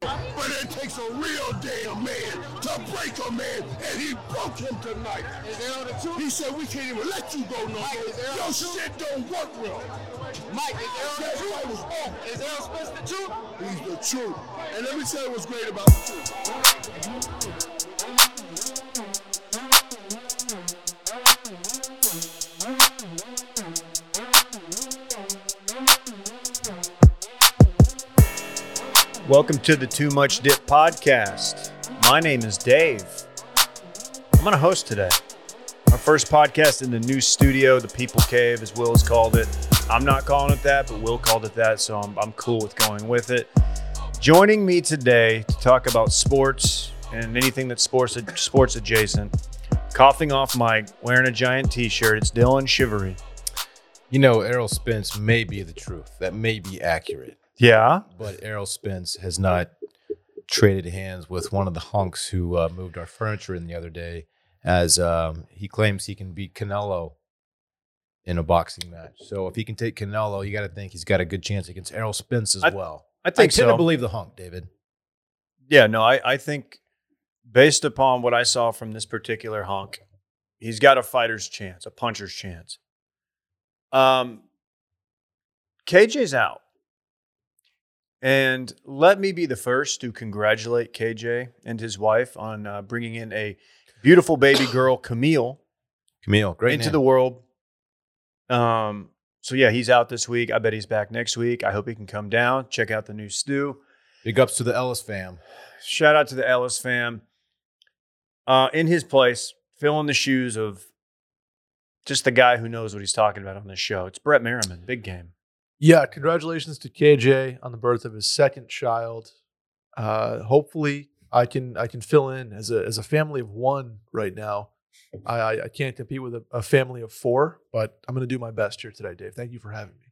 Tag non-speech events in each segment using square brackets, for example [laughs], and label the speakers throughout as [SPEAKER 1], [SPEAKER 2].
[SPEAKER 1] But it takes a real damn man to break a man, and he broke him tonight.
[SPEAKER 2] Is there on the truth?
[SPEAKER 1] He said, we can't even let you go no
[SPEAKER 2] Mike,
[SPEAKER 1] more.
[SPEAKER 2] is there
[SPEAKER 1] Your
[SPEAKER 2] a truth?
[SPEAKER 1] shit don't work well.
[SPEAKER 2] Mike, is there on
[SPEAKER 1] That
[SPEAKER 2] the
[SPEAKER 1] fight
[SPEAKER 2] truth?
[SPEAKER 1] was awful.
[SPEAKER 2] Is there a space to truth?
[SPEAKER 1] He's the truth. And let me tell you what's great about the truth.
[SPEAKER 3] Welcome to the Too Much Dip podcast. My name is Dave. I'm going to host today. Our first podcast in the new studio, the People Cave, as Will has called it. I'm not calling it that, but Will called it that, so I'm, I'm cool with going with it. Joining me today to talk about sports and anything that's sports sports adjacent. Coughing off Mike, wearing a giant T-shirt. It's Dylan Shivery.
[SPEAKER 4] You know, Errol Spence may be the truth. That may be accurate.
[SPEAKER 3] Yeah,
[SPEAKER 4] But Errol Spence has not traded hands with one of the hunks who uh, moved our furniture in the other day, as um, he claims he can beat Canelo in a boxing match. So if he can take Canelo, you got to think he's got a good chance against Errol Spence as
[SPEAKER 3] I-
[SPEAKER 4] well.
[SPEAKER 3] I think
[SPEAKER 4] I tend
[SPEAKER 3] so.
[SPEAKER 4] to believe the hunk, David.
[SPEAKER 3] Yeah, no, I, I think based upon what I saw from this particular honk, he's got a fighter's chance, a puncher's chance. Um, KJ's out. And let me be the first to congratulate KJ and his wife on uh, bringing in a beautiful baby girl, Camille,
[SPEAKER 4] Camille, great
[SPEAKER 3] into
[SPEAKER 4] name.
[SPEAKER 3] the world. Um, so, yeah, he's out this week. I bet he's back next week. I hope he can come down, check out the new stew.
[SPEAKER 4] Big ups to the Ellis fam.
[SPEAKER 3] shout out to the Ellis fam. Uh, in his place, filling the shoes of just the guy who knows what he's talking about on this show. It's Brett Merriman, big game.
[SPEAKER 5] Yeah, congratulations to KJ on the birth of his second child. Uh, hopefully, I can I can fill in as a as a family of one right now. I I, I can't compete with a, a family of four, but I'm going to do my best here today, Dave. Thank you for having me.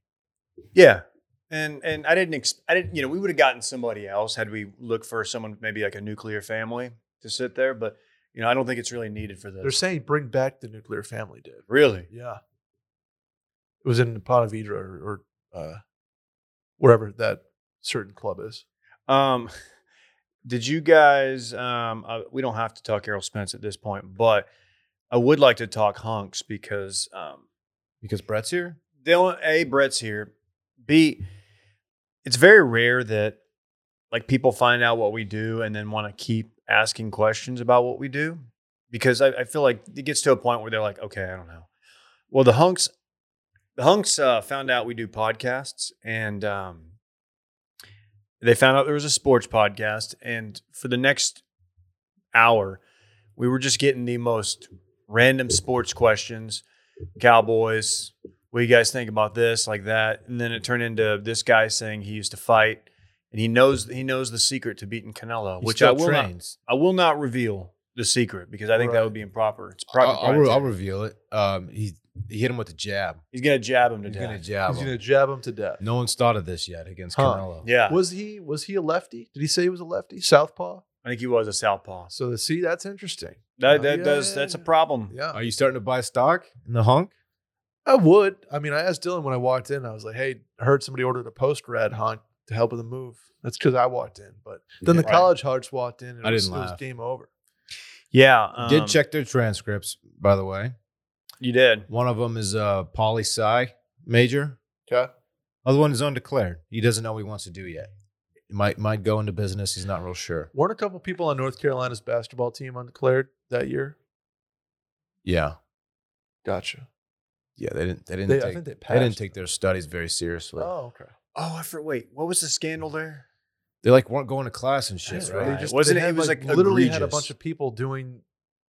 [SPEAKER 3] Yeah, and and I didn't ex- I didn't you know we would have gotten somebody else had we looked for someone maybe like a nuclear family to sit there, but you know I don't think it's really needed for this.
[SPEAKER 5] They're saying bring back the nuclear family, Dave.
[SPEAKER 3] really,
[SPEAKER 5] Yeah, it was in Pontevedra or, or uh, wherever that certain club is.
[SPEAKER 3] Um, [laughs] did you guys? Um, uh, we don't have to talk Errol Spence at this point, but I would like to talk hunks because um,
[SPEAKER 4] Because Brett's here?
[SPEAKER 3] Dylan A. Brett's here. B. It's very rare that like people find out what we do and then want to keep asking questions about what we do because I, I feel like it gets to a point where they're like, okay, I don't know. Well, the hunks, the hunks uh, found out we do podcasts and um, they found out there was a sports podcast and for the next hour, we were just getting the most random sports questions, Cowboys, what do you guys think about this like that and then it turned into this guy saying he used to fight and he knows he knows the secret to beating canelo
[SPEAKER 4] He
[SPEAKER 3] which
[SPEAKER 4] still
[SPEAKER 3] i will not
[SPEAKER 4] trains.
[SPEAKER 3] i will not reveal the secret because i think that
[SPEAKER 5] Right.
[SPEAKER 3] would be improper it's
[SPEAKER 4] I'll,
[SPEAKER 3] private
[SPEAKER 4] I'll re- I'll
[SPEAKER 3] proprietary.
[SPEAKER 4] reveal it. Um, he, he hit him with a jab.
[SPEAKER 3] he's gonna jab him to
[SPEAKER 4] He's
[SPEAKER 3] death
[SPEAKER 4] going to jab
[SPEAKER 5] He's going
[SPEAKER 4] him.
[SPEAKER 5] to jab him to death.
[SPEAKER 4] No one's thought of this yet against
[SPEAKER 5] Huh.
[SPEAKER 4] Canelo.
[SPEAKER 3] yeah
[SPEAKER 5] Was he was he a lefty? Did he say he was a lefty? Southpaw.
[SPEAKER 3] i think he was a southpaw
[SPEAKER 5] So see, that's interesting.
[SPEAKER 3] that, that
[SPEAKER 5] Yeah,
[SPEAKER 3] does
[SPEAKER 5] yeah,
[SPEAKER 3] that's a
[SPEAKER 5] Oh, yeah.
[SPEAKER 3] problem
[SPEAKER 5] Yeah.
[SPEAKER 4] Are you starting to buy stock in the hunk?
[SPEAKER 5] I would. I mean, I asked Dylan when I walked in. I was like, "Hey, I heard somebody ordered a post rad hunt to help with the move." That's because I walked in, but then the
[SPEAKER 3] Yeah.
[SPEAKER 5] college hunts walked in. And it
[SPEAKER 4] I
[SPEAKER 5] was,
[SPEAKER 4] didn't
[SPEAKER 5] it was
[SPEAKER 4] laugh.
[SPEAKER 5] game over.
[SPEAKER 3] yeah um,
[SPEAKER 4] Did check their transcripts, by the way.
[SPEAKER 3] you did
[SPEAKER 4] One of them is uh, poli sci major.
[SPEAKER 5] Okay.
[SPEAKER 4] Other one is undeclared. He doesn't know what he wants to do yet. Might might go into business. He's not real sure.
[SPEAKER 5] Weren't a couple people on North Carolina's basketball team undeclared that year?
[SPEAKER 4] Yeah,
[SPEAKER 5] Gotcha.
[SPEAKER 4] yeah. They didn't. They didn't.
[SPEAKER 5] They,
[SPEAKER 4] take,
[SPEAKER 5] I think they
[SPEAKER 4] they
[SPEAKER 5] passed.
[SPEAKER 4] didn't take their studies very seriously.
[SPEAKER 5] Oh, okay.
[SPEAKER 3] oh i for wait what was the scandal there
[SPEAKER 4] They like weren't going to class and shit.
[SPEAKER 3] That's
[SPEAKER 4] right.
[SPEAKER 3] right.
[SPEAKER 5] They
[SPEAKER 3] Wasn't
[SPEAKER 5] they
[SPEAKER 3] it- it
[SPEAKER 5] had,
[SPEAKER 3] was, like,
[SPEAKER 5] literally had a
[SPEAKER 3] egregious.
[SPEAKER 5] bunch of people doing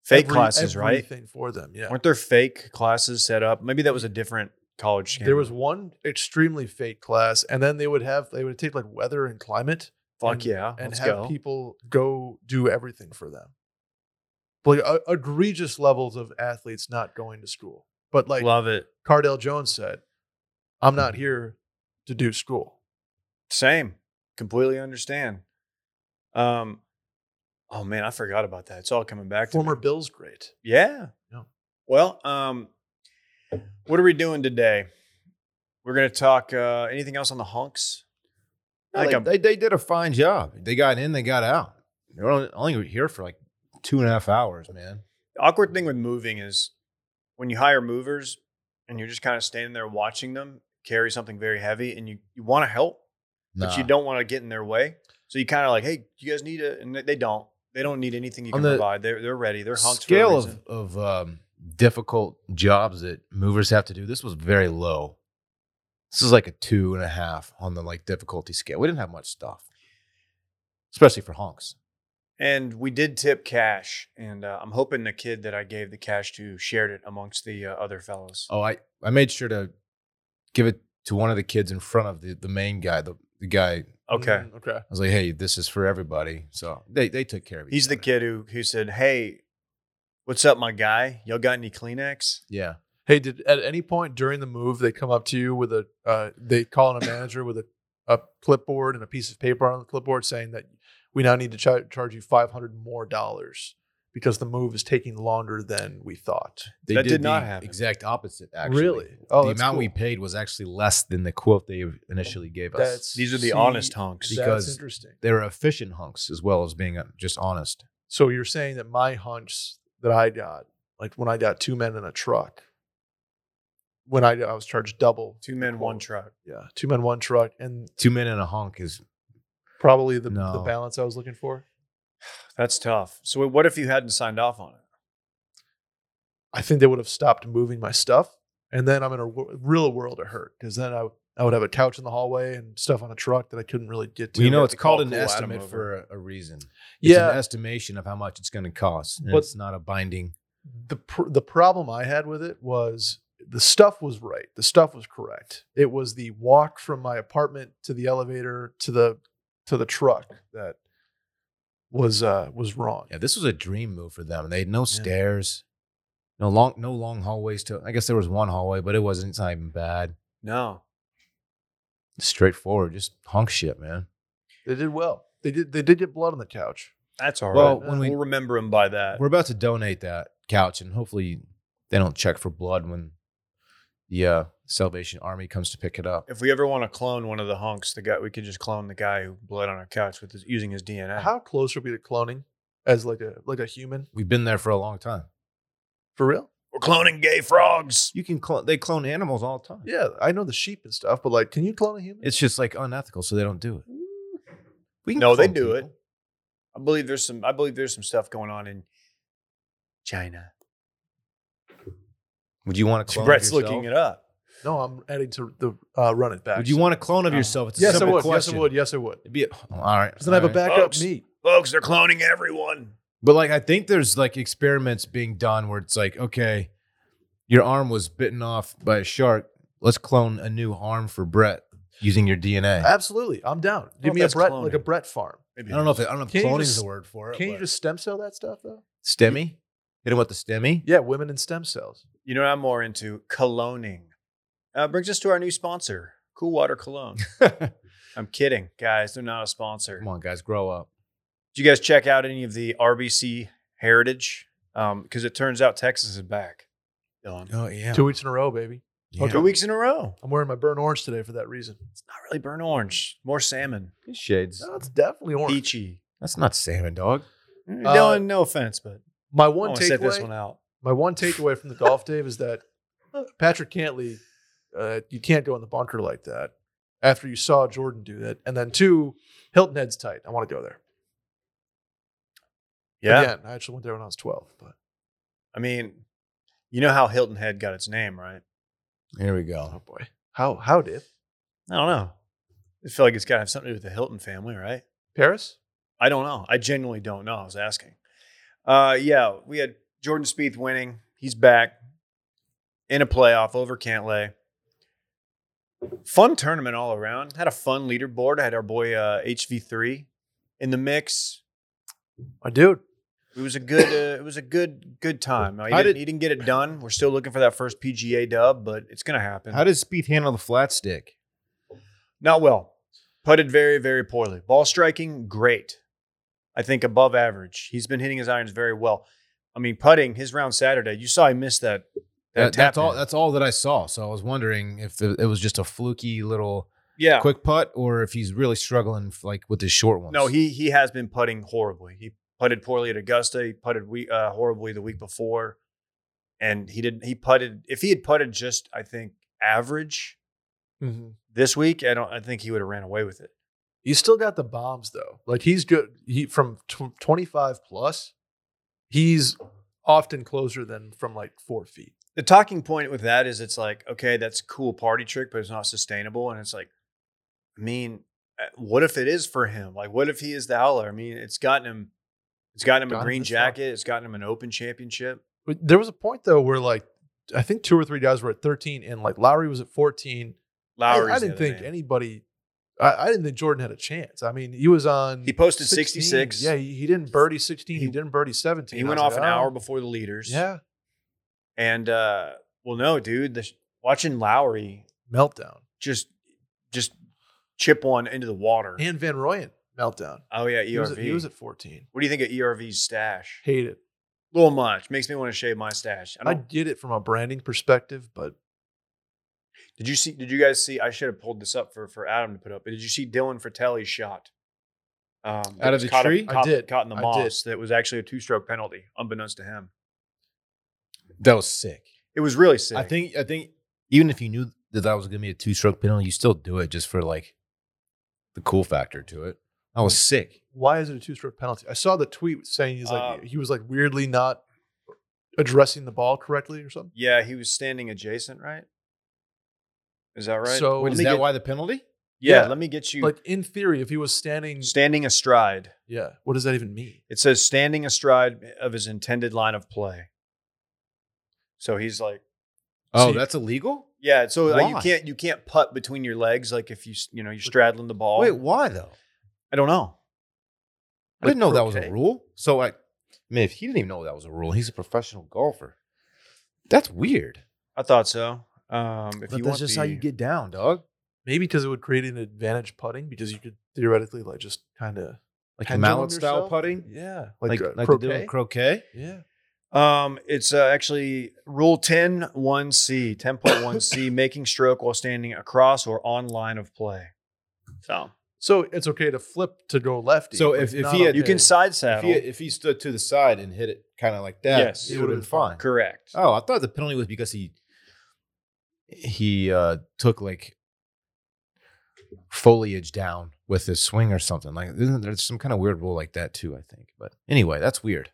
[SPEAKER 3] fake
[SPEAKER 5] every-
[SPEAKER 3] classes right
[SPEAKER 5] Everything for them. Yeah.
[SPEAKER 3] weren't there fake classes set up maybe that was a different college scandal.
[SPEAKER 5] There was one extremely fake class, and then they would have they would take like weather and climate
[SPEAKER 3] fuck
[SPEAKER 5] and-
[SPEAKER 3] yeah
[SPEAKER 5] and
[SPEAKER 3] Oh, let's
[SPEAKER 5] have
[SPEAKER 3] go
[SPEAKER 5] people go do everything for them. Like uh, egregious levels of athletes not going to school. But like
[SPEAKER 3] love it
[SPEAKER 5] Cardell Jones said, I'm not
[SPEAKER 3] Mm-hmm.
[SPEAKER 5] here to do school.
[SPEAKER 3] Same. Completely understand. Um, oh man, I forgot about that. It's all coming back
[SPEAKER 5] Former
[SPEAKER 3] to me.
[SPEAKER 5] Bills great.
[SPEAKER 3] Yeah.
[SPEAKER 5] Yeah.
[SPEAKER 3] Well, um, what are we doing today? We're gonna talk uh anything else on the hunks? Like
[SPEAKER 4] like
[SPEAKER 3] I'm-
[SPEAKER 4] they, they did a fine job. They got in, they got out. They were only, only here for like two and a half hours, man.
[SPEAKER 3] The awkward thing with moving is when you hire movers and you're just kind of standing there watching them carry something very heavy and you, you want to help, but you
[SPEAKER 4] Nah.
[SPEAKER 3] don't want to get in their way. So you kind of like, hey, you guys need it? And they- they don't. They don't need anything you
[SPEAKER 5] On
[SPEAKER 3] can
[SPEAKER 5] the
[SPEAKER 3] provide. They're, they're ready. They're hunks for a
[SPEAKER 4] scale
[SPEAKER 3] reason.
[SPEAKER 4] of of um, difficult jobs that movers have to do. This was very low. This is like a two and a half on the like difficulty scale. We didn't have much stuff, especially for honks.
[SPEAKER 3] And we did tip cash. And uh, I'm hoping the kid that I gave the cash to shared it amongst the uh, other fellows.
[SPEAKER 4] Oh, I I made sure to give it to one of the kids in front of the the main guy. The the guy
[SPEAKER 3] Okay.
[SPEAKER 5] Mm, okay.
[SPEAKER 4] I was like, hey, this is for everybody. So they they took care of it.
[SPEAKER 3] He's the kid who, who said, hey, what's up, my guy? Y'all got any Kleenex?
[SPEAKER 4] Yeah.
[SPEAKER 5] Hey, did at any point during the move they come up to you with a uh, they call in a manager with a, a clipboard and a piece of paper on the clipboard saying that we now need to char- charge you five hundred more dollars because the move is taking longer than we thought.
[SPEAKER 4] They
[SPEAKER 3] That did not
[SPEAKER 4] the
[SPEAKER 3] happen.
[SPEAKER 4] Exact opposite, actually.
[SPEAKER 5] Really? Oh,
[SPEAKER 4] the
[SPEAKER 5] that's
[SPEAKER 4] amount
[SPEAKER 5] cool.
[SPEAKER 4] we paid was actually less than the quote they initially gave us.
[SPEAKER 5] That's-
[SPEAKER 3] These are the
[SPEAKER 5] See,
[SPEAKER 3] honest hunks.
[SPEAKER 5] That's
[SPEAKER 4] because-
[SPEAKER 5] interesting.
[SPEAKER 4] they were efficient hunks as well as being uh, just honest.
[SPEAKER 5] So you're saying that my hunch that I got, like when I got two men in a truck, when I I was charged double.
[SPEAKER 3] Two men, one
[SPEAKER 5] Quote.
[SPEAKER 3] truck.
[SPEAKER 5] Yeah, two men, one truck, and
[SPEAKER 4] Two men and a honk is
[SPEAKER 5] probably the, the
[SPEAKER 4] No.
[SPEAKER 5] balance I was looking for.
[SPEAKER 3] That's tough. So what if you hadn't signed off on it?
[SPEAKER 5] I think they would have stopped moving my stuff, and then I'm in a wo- real world of hurt because then I w- I would have a couch in the hallway and stuff on a truck that I couldn't really get to.
[SPEAKER 4] you know
[SPEAKER 3] have
[SPEAKER 4] it's
[SPEAKER 3] to call
[SPEAKER 4] called an
[SPEAKER 3] Cool Adam
[SPEAKER 4] estimate
[SPEAKER 3] over.
[SPEAKER 4] for a, a reason. It's
[SPEAKER 5] yeah,
[SPEAKER 4] an estimation of how much it's going to cost. and
[SPEAKER 5] But-
[SPEAKER 4] it's not a binding.
[SPEAKER 5] the pr- the problem I had with it was the stuff was right. The stuff was correct. It was the walk from my apartment to the elevator to the to the truck that was uh was wrong.
[SPEAKER 4] Yeah, this was a dream move for them. They had no
[SPEAKER 5] Yeah.
[SPEAKER 4] stairs, no long no long hallways to I guess there was one hallway, but it wasn't it's not even bad.
[SPEAKER 3] No.
[SPEAKER 4] Straightforward, just honk shit, man.
[SPEAKER 5] They did well. They did they did get blood on the couch.
[SPEAKER 3] That's all right.
[SPEAKER 4] Well,
[SPEAKER 5] when
[SPEAKER 4] we-
[SPEAKER 3] will remember him by that.
[SPEAKER 4] We're about to donate that couch, and hopefully they don't check for blood when the uh, Salvation Army comes to pick it up.
[SPEAKER 3] if we ever want to clone one of the hunks, the guy we could just clone the guy who bled on our couch with his, using his DNA.
[SPEAKER 5] How close are we to cloning as like a like a human
[SPEAKER 4] We've been there for a long time.
[SPEAKER 5] for real?
[SPEAKER 3] We're cloning gay frogs.
[SPEAKER 4] You can clone; they clone animals all the time.
[SPEAKER 5] Yeah, I know the sheep and stuff, but like, can you clone a human?
[SPEAKER 4] It's just like unethical, so they don't do it.
[SPEAKER 5] Mm.
[SPEAKER 4] We
[SPEAKER 3] No, they
[SPEAKER 4] clone
[SPEAKER 3] do it.
[SPEAKER 4] people.
[SPEAKER 3] I believe there's some. I believe there's some stuff going on in China.
[SPEAKER 4] Would you want to clone?
[SPEAKER 3] Brett's
[SPEAKER 4] of yourself?
[SPEAKER 3] looking it up.
[SPEAKER 5] no, I'm adding to the uh, run it back.
[SPEAKER 4] Would you want a clone of
[SPEAKER 5] Oh.
[SPEAKER 4] yourself? It's a
[SPEAKER 5] Yes, I
[SPEAKER 4] simple
[SPEAKER 5] would.
[SPEAKER 4] Question.
[SPEAKER 5] Yes, I would. Yes, I would.
[SPEAKER 4] It'd be a, oh, all right.
[SPEAKER 5] Because then I have a
[SPEAKER 4] all right.
[SPEAKER 5] backup
[SPEAKER 3] Folks.
[SPEAKER 5] meat.
[SPEAKER 3] Folks, they're cloning everyone.
[SPEAKER 4] But like, I think there's like experiments being done where it's like, okay, your arm was bitten off by a shark. Let's clone a new arm for Brett using your DNA.
[SPEAKER 5] Absolutely, I'm down. Give
[SPEAKER 3] Oh,
[SPEAKER 5] me a
[SPEAKER 3] that's
[SPEAKER 5] Brett
[SPEAKER 3] cloning.
[SPEAKER 5] like a Brett farm.
[SPEAKER 3] Maybe
[SPEAKER 4] I don't know if I don't know if
[SPEAKER 5] Can't you
[SPEAKER 4] cloning is
[SPEAKER 5] just-
[SPEAKER 4] the word for it.
[SPEAKER 5] Can you
[SPEAKER 4] but-
[SPEAKER 5] just stem cell that stuff though?
[SPEAKER 4] stemmy? Hit him with the stemmy.
[SPEAKER 5] Yeah, women and stem cells.
[SPEAKER 3] You know what I'm more into? Coloning. Uh, brings us to our new sponsor, Cool Water
[SPEAKER 4] [laughs]
[SPEAKER 3] Cologne. I'm kidding, guys. They're not a sponsor.
[SPEAKER 4] Come on, guys, grow up.
[SPEAKER 3] Did you guys check out any of the RBC heritage? Because it turns out Texas is back. Dylan.
[SPEAKER 4] Oh yeah.
[SPEAKER 5] Two weeks in a row, baby.
[SPEAKER 4] Yeah.
[SPEAKER 3] Two weeks in a row.
[SPEAKER 5] I'm wearing my burnt orange today for that reason.
[SPEAKER 3] It's not really burnt orange, more salmon,
[SPEAKER 4] Shades.
[SPEAKER 5] No, it's definitely orange.
[SPEAKER 3] peachy.
[SPEAKER 4] That's not salmon, dog.
[SPEAKER 3] Mm,
[SPEAKER 5] Uh,
[SPEAKER 3] Dylan, no offense, but
[SPEAKER 5] My
[SPEAKER 3] I
[SPEAKER 5] one
[SPEAKER 3] want to set this
[SPEAKER 5] takeaway.
[SPEAKER 3] one out.
[SPEAKER 5] my one takeaway from the golf, Dave, is that Patrick Cantley, uh, you can't go in the bunker like that. After you saw Jordan do that, and then two, Hilton Head's tight. I want to go there.
[SPEAKER 3] Yeah.
[SPEAKER 5] Again, I actually went there when I was 12, but
[SPEAKER 3] I mean, you know how Hilton Head got its name, right?
[SPEAKER 4] Here we
[SPEAKER 5] oh
[SPEAKER 4] go.
[SPEAKER 5] boy, how how did
[SPEAKER 3] I don't know. I feel like it's got to have something to do with the Hilton family, right?
[SPEAKER 5] Paris?
[SPEAKER 3] I don't know. I genuinely don't know. I was asking. Uh, yeah, we had Jordan Spieth winning. He's back in a playoff over Cantlay. Fun tournament all around. Had a fun leaderboard. I had our boy uh, HV3 in the mix.
[SPEAKER 5] My dude,
[SPEAKER 3] It was a good. Uh, it was a good good time. Now, he,
[SPEAKER 4] How
[SPEAKER 3] didn't,
[SPEAKER 4] did-
[SPEAKER 3] he didn't get it done. We're still looking for that first PGA dub, but it's gonna happen.
[SPEAKER 4] How does Speeth handle the flat stick?
[SPEAKER 3] Not well. Putted very, very poorly. Ball striking, great. I think above average. He's been hitting his irons very well. I mean, putting his round Saturday, you saw he missed that. That, tap
[SPEAKER 4] That- that's all.
[SPEAKER 3] in.
[SPEAKER 4] That's all that I saw. So I was wondering if the, it was just a fluky little
[SPEAKER 3] yeah.
[SPEAKER 4] quick putt, or if he's really struggling f- like with his short ones.
[SPEAKER 3] No, he he has been putting horribly. He putted poorly at Augusta. He putted we, uh, horribly the week before, and he didn't. He putted. If he had putted just, I think, average this week, I don't. I think he would have ran away with it.
[SPEAKER 5] He's still got the bombs though. Like he's good. He from tw- 25 plus, he's often closer than from like four feet.
[SPEAKER 3] The talking point with that is it's like, okay, that's a cool party trick, but it's not sustainable. And it's like, I mean, uh, what if it is for him? Like, what if he is the howler? I mean, it's gotten him. It's gotten him a
[SPEAKER 5] Gotten him
[SPEAKER 3] green
[SPEAKER 5] this far.
[SPEAKER 3] jacket. It's gotten him an open championship.
[SPEAKER 5] But there was a point though where like I think two or three guys were at 13 and like Lowry was at 14. I-
[SPEAKER 3] Lowry's
[SPEAKER 5] I,
[SPEAKER 3] the
[SPEAKER 5] didn't
[SPEAKER 3] other
[SPEAKER 5] think
[SPEAKER 3] man.
[SPEAKER 5] anybody I, I didn't think Jordan had a chance. I mean, he was on
[SPEAKER 3] He posted
[SPEAKER 5] 16.
[SPEAKER 3] 66.
[SPEAKER 5] Yeah, he, he didn't birdie 16, he,
[SPEAKER 3] He-
[SPEAKER 5] didn't birdie 17.
[SPEAKER 3] He
[SPEAKER 5] I
[SPEAKER 3] went
[SPEAKER 5] was
[SPEAKER 3] off
[SPEAKER 5] like,
[SPEAKER 3] an
[SPEAKER 5] "Oh,
[SPEAKER 3] hour before the leaders.
[SPEAKER 5] Yeah,
[SPEAKER 3] And uh, well, no, dude, the, watching Lowry
[SPEAKER 5] meltdown.
[SPEAKER 3] just just chip one into the water.
[SPEAKER 5] And Van Royen meltdown.
[SPEAKER 3] oh yeah, ERV.
[SPEAKER 5] He was,
[SPEAKER 4] E
[SPEAKER 5] at, he was at 14.
[SPEAKER 3] what do you think of ERV's stash?
[SPEAKER 5] Hate it.
[SPEAKER 3] A little much. Makes me want to shave my stash. I
[SPEAKER 5] I
[SPEAKER 4] Oh.
[SPEAKER 3] don't,
[SPEAKER 5] get it from a branding perspective, but
[SPEAKER 3] did you see? Did you guys see? I should have pulled this up for for Adam to put up. But did you see Dylan Fratelli's shot? Um, that
[SPEAKER 4] Out of
[SPEAKER 3] was
[SPEAKER 4] the
[SPEAKER 3] caught up-
[SPEAKER 4] tree?
[SPEAKER 3] caught,
[SPEAKER 5] I did.
[SPEAKER 3] Caught in the
[SPEAKER 5] I did.
[SPEAKER 3] moss. That was actually a two stroke penalty, unbeknownst to him.
[SPEAKER 4] that was sick.
[SPEAKER 3] It was really sick.
[SPEAKER 4] I think I think even if you knew that that was going to be a two stroke penalty, you still do it just for like the cool factor to it. That was sick.
[SPEAKER 5] why is it a two-stroke penalty? I saw the tweet saying he's like
[SPEAKER 3] Uh,
[SPEAKER 5] he was like weirdly not addressing the ball correctly or something.
[SPEAKER 3] Yeah, he was standing adjacent, right? Is that right?
[SPEAKER 5] So-
[SPEAKER 3] Let
[SPEAKER 4] Is
[SPEAKER 3] me
[SPEAKER 4] that
[SPEAKER 3] get-
[SPEAKER 4] why the penalty?
[SPEAKER 3] yeah,
[SPEAKER 5] yeah,
[SPEAKER 3] let me get you
[SPEAKER 5] Like in theory, if he was standing,
[SPEAKER 3] standing astride.
[SPEAKER 5] yeah, what does that even mean?
[SPEAKER 3] It says standing astride of his intended line of play. So he's like,
[SPEAKER 4] Oh,
[SPEAKER 5] So you-
[SPEAKER 4] that's illegal.
[SPEAKER 3] yeah. So like, you
[SPEAKER 4] Why?
[SPEAKER 3] can't you can't putt between your legs like if you s- you know you're straddling the ball.
[SPEAKER 4] Wait, why though?
[SPEAKER 3] I don't know.
[SPEAKER 4] I didn't know that was
[SPEAKER 3] Okay.
[SPEAKER 4] a rule. So I, I mean, if he didn't even know that was a rule, he's a professional golfer. That's weird.
[SPEAKER 3] I thought so. Um, if
[SPEAKER 4] But
[SPEAKER 3] you
[SPEAKER 4] that's
[SPEAKER 3] want
[SPEAKER 4] just
[SPEAKER 3] the-
[SPEAKER 4] how you get down, dog.
[SPEAKER 5] Maybe because it would create an advantage putting because you could theoretically like just kind of
[SPEAKER 4] Like
[SPEAKER 5] Pendulum
[SPEAKER 4] mallet style
[SPEAKER 5] yourself?
[SPEAKER 4] putting,
[SPEAKER 5] yeah,
[SPEAKER 4] like
[SPEAKER 5] like, uh,
[SPEAKER 4] like, they do
[SPEAKER 5] croquet.
[SPEAKER 4] in croquet.
[SPEAKER 5] yeah,
[SPEAKER 3] Um, it's uh, actually Rule 10 1C,
[SPEAKER 4] [coughs]
[SPEAKER 3] 10.1C, making stroke while standing across or on line of play. So
[SPEAKER 5] so it's okay to flip to go lefty.
[SPEAKER 4] So
[SPEAKER 5] but
[SPEAKER 4] if-
[SPEAKER 5] it's
[SPEAKER 4] if
[SPEAKER 5] not
[SPEAKER 4] he had-
[SPEAKER 3] you can
[SPEAKER 5] okay.
[SPEAKER 3] side
[SPEAKER 4] If
[SPEAKER 3] saddle.
[SPEAKER 4] he, if he stood to the side and hit it kind of like that,
[SPEAKER 3] Yes.
[SPEAKER 4] it would have been fine.
[SPEAKER 3] Correct.
[SPEAKER 4] Oh, I thought the penalty was because he he uh took like foliage down with his swing or something. Like isn't there's some kind of weird rule like that too, I think. But anyway, that's weird.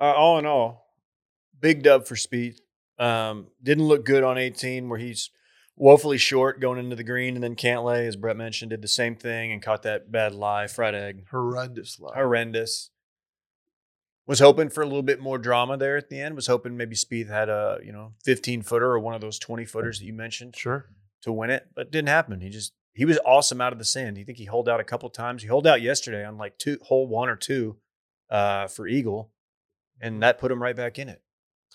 [SPEAKER 3] uh, all in all, big dub for Speed. Um, didn't look good on 18, where he's woefully short going into the green, and then Cantlay, as Brett mentioned, did the same thing and caught that bad lie, fried egg,
[SPEAKER 5] horrendous lie.
[SPEAKER 3] horrendous. Was hoping for a little bit more drama there at the end. Was hoping maybe Speed had a you know 15 footer or one of those 20 footers that you mentioned
[SPEAKER 5] sure,
[SPEAKER 3] to win it, but it didn't happen. He just he was awesome out of the sand. You think he holed out a couple times? He holed out yesterday on like two hole one or two uh, for eagle, and that put him right back in it.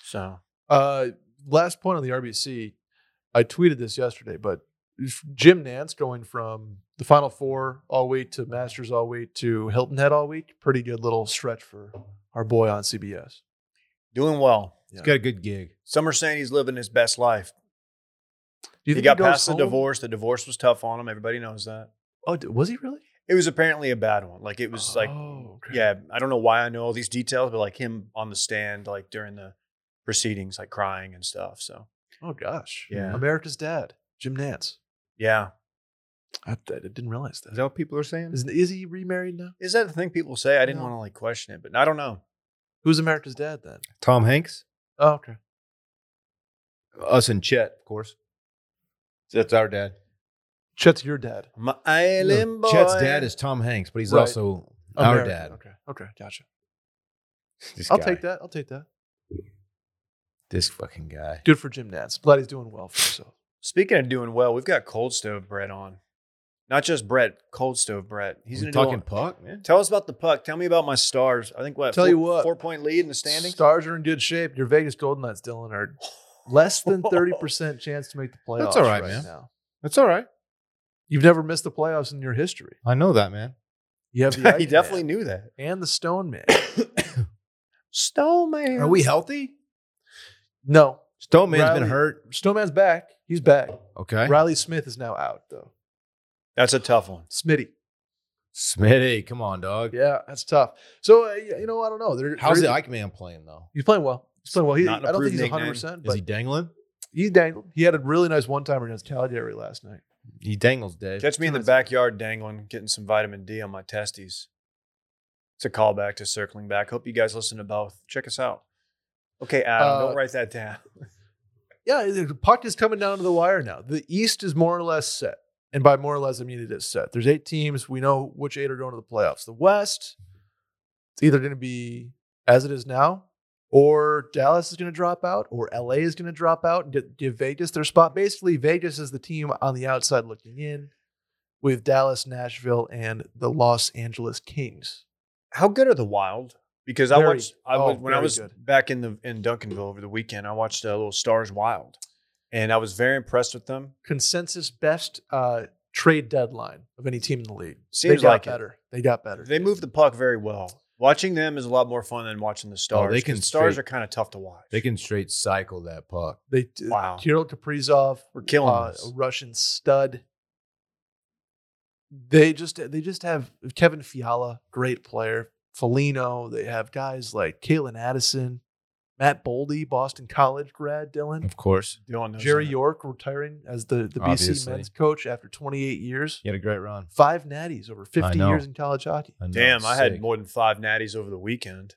[SPEAKER 3] So
[SPEAKER 5] Uh, last point on the RBC, I tweeted this yesterday, but if Jim Nance going from the Final Four all week to Masters all week to Hilton Head all week, pretty good little stretch for our boy on CBS.
[SPEAKER 3] doing well.
[SPEAKER 4] He's got a good gig.
[SPEAKER 3] Some are saying he's living his best life.
[SPEAKER 5] Do
[SPEAKER 3] He
[SPEAKER 5] you think
[SPEAKER 3] got
[SPEAKER 5] goes
[SPEAKER 3] past
[SPEAKER 5] home?
[SPEAKER 3] the divorce. The divorce was tough on him. Everybody knows that.
[SPEAKER 5] Oh, d- was he really?
[SPEAKER 3] It was apparently a bad one. Like it was like
[SPEAKER 5] oh, okay.
[SPEAKER 3] yeah. I don't know why I know all these details, but like him on the stand, like during the proceedings, like crying and stuff. So
[SPEAKER 5] Oh gosh,
[SPEAKER 3] Yeah.
[SPEAKER 5] America's dad, Jim Nance.
[SPEAKER 3] yeah,
[SPEAKER 5] I, I didn't realize
[SPEAKER 4] Is
[SPEAKER 5] that.
[SPEAKER 4] that what people are saying?
[SPEAKER 5] Is, is he remarried now?
[SPEAKER 3] is that the thing people say? I didn't
[SPEAKER 5] No.
[SPEAKER 3] want to like question it, but I don't know.
[SPEAKER 5] Who's America's dad then?
[SPEAKER 4] Tom Hanks?
[SPEAKER 5] Oh, okay.
[SPEAKER 4] Us and Chet, of course. That's our dad.
[SPEAKER 5] Chet's your dad.
[SPEAKER 3] My island boy.
[SPEAKER 4] Chet's dad is Tom Hanks, but he's
[SPEAKER 5] Right.
[SPEAKER 4] also our
[SPEAKER 5] American.
[SPEAKER 4] dad.
[SPEAKER 5] Okay. Okay. Gotcha.
[SPEAKER 4] This
[SPEAKER 5] I'll
[SPEAKER 4] guy.
[SPEAKER 5] take that. I'll take that.
[SPEAKER 4] This fucking guy.
[SPEAKER 5] Good for Jim Nance. Glad he's doing well for himself.
[SPEAKER 3] Speaking of doing well, we've got Cold Stove Brett on. Not just Brett, Cold Stove Brett. He's
[SPEAKER 4] He's
[SPEAKER 3] gonna
[SPEAKER 4] talking
[SPEAKER 3] Do
[SPEAKER 4] puck, man.
[SPEAKER 3] Tell us about the puck. Tell me about my stars. I think what
[SPEAKER 5] Tell
[SPEAKER 3] four,
[SPEAKER 5] you what.
[SPEAKER 3] four point lead in the standings. [laughs]
[SPEAKER 5] Stars are in good shape. Your Vegas Golden Knights, Dylan, are less than thirty percent chance to make the
[SPEAKER 4] [laughs]
[SPEAKER 5] playoffs.
[SPEAKER 4] That's all right, man.
[SPEAKER 5] Now
[SPEAKER 4] That's all right.
[SPEAKER 5] you've never missed the playoffs in your history.
[SPEAKER 4] I know that, man.
[SPEAKER 5] You
[SPEAKER 4] [laughs]
[SPEAKER 5] have the
[SPEAKER 3] he
[SPEAKER 5] Iceman
[SPEAKER 3] definitely knew that.
[SPEAKER 5] and the Stone Man.
[SPEAKER 3] Stone man.
[SPEAKER 4] Are we healthy?
[SPEAKER 5] No,
[SPEAKER 4] Stone Man's been
[SPEAKER 5] Riley-
[SPEAKER 4] hurt.
[SPEAKER 5] Snowman's back. He He's back.
[SPEAKER 4] Okay.
[SPEAKER 5] Riley Smith is now out though.
[SPEAKER 3] That's a tough one.
[SPEAKER 5] Smitty.
[SPEAKER 4] Smitty, come on, dog.
[SPEAKER 5] Yeah, that's tough. So uh, you know, I don't know. They're,
[SPEAKER 4] How's the
[SPEAKER 5] they're-
[SPEAKER 4] Ike man playing though?
[SPEAKER 5] He's playing well. He's playing well. He,
[SPEAKER 3] Not an
[SPEAKER 5] I don't
[SPEAKER 3] approved
[SPEAKER 5] think he's
[SPEAKER 3] nickname.
[SPEAKER 5] 100, percent
[SPEAKER 4] Is
[SPEAKER 5] but
[SPEAKER 4] he dangling?
[SPEAKER 5] he dangled. He had a really nice one timer against Calgary last night.
[SPEAKER 4] He dangles, Dave.
[SPEAKER 3] Catch me in the backyard dangling, getting some vitamin D on my testes. It's a callback to circling back. Hope you guys listen to both. Check us out. Okay, Adam,
[SPEAKER 5] Uh,
[SPEAKER 3] don't write that down.
[SPEAKER 5] Yeah, the puck is coming down to the wire now. The East is more or less set, and by more or less, I mean it is set. There's eight teams. We know which eight are going to the playoffs. The West, it's either going to be as it is now, or Dallas is going to drop out, or LA is going to drop out and get- give Vegas their spot. Basically, Vegas is the team on the outside looking in, with Dallas, Nashville, and the Los Angeles Kings.
[SPEAKER 3] How good are the Wild? Because I
[SPEAKER 5] Very-
[SPEAKER 3] watched I
[SPEAKER 5] oh,
[SPEAKER 3] was, when I
[SPEAKER 5] very
[SPEAKER 3] was
[SPEAKER 5] good.
[SPEAKER 3] back in the in Duncanville over the weekend. I watched a little Stars Wild, and I was very impressed with them.
[SPEAKER 5] Consensus best uh, trade deadline of any team in the league.
[SPEAKER 3] Seems
[SPEAKER 5] they got
[SPEAKER 3] like it.
[SPEAKER 5] better. They got better.
[SPEAKER 3] They move the puck very well. Watching them is a lot more fun than watching
[SPEAKER 5] Oh,
[SPEAKER 3] the Stars.
[SPEAKER 4] they
[SPEAKER 3] 'cause
[SPEAKER 4] can
[SPEAKER 3] the Stars
[SPEAKER 4] straight-
[SPEAKER 3] are kind of tough to watch.
[SPEAKER 4] They can straight cycle that puck.
[SPEAKER 5] They
[SPEAKER 3] Wow.
[SPEAKER 5] wow. Kirill Kaprizov,
[SPEAKER 3] We're killing
[SPEAKER 5] uh,
[SPEAKER 3] this.
[SPEAKER 5] a Russian stud. They just they just have Kevin Fiala, great player. Felino. They have guys like Caitlin Addison, Matt Boldy, Boston College grad, Dylan.
[SPEAKER 4] Of course.
[SPEAKER 3] Dylan knows
[SPEAKER 5] Jerry
[SPEAKER 3] that.
[SPEAKER 5] York retiring as the, the BC
[SPEAKER 4] Obviously.
[SPEAKER 5] men's coach after 28 years.
[SPEAKER 4] He had a great run.
[SPEAKER 5] Five natties over 50
[SPEAKER 4] know.
[SPEAKER 5] years in college hockey.
[SPEAKER 4] I know,
[SPEAKER 3] Damn, I had
[SPEAKER 4] sick.
[SPEAKER 3] more than five natties over the weekend.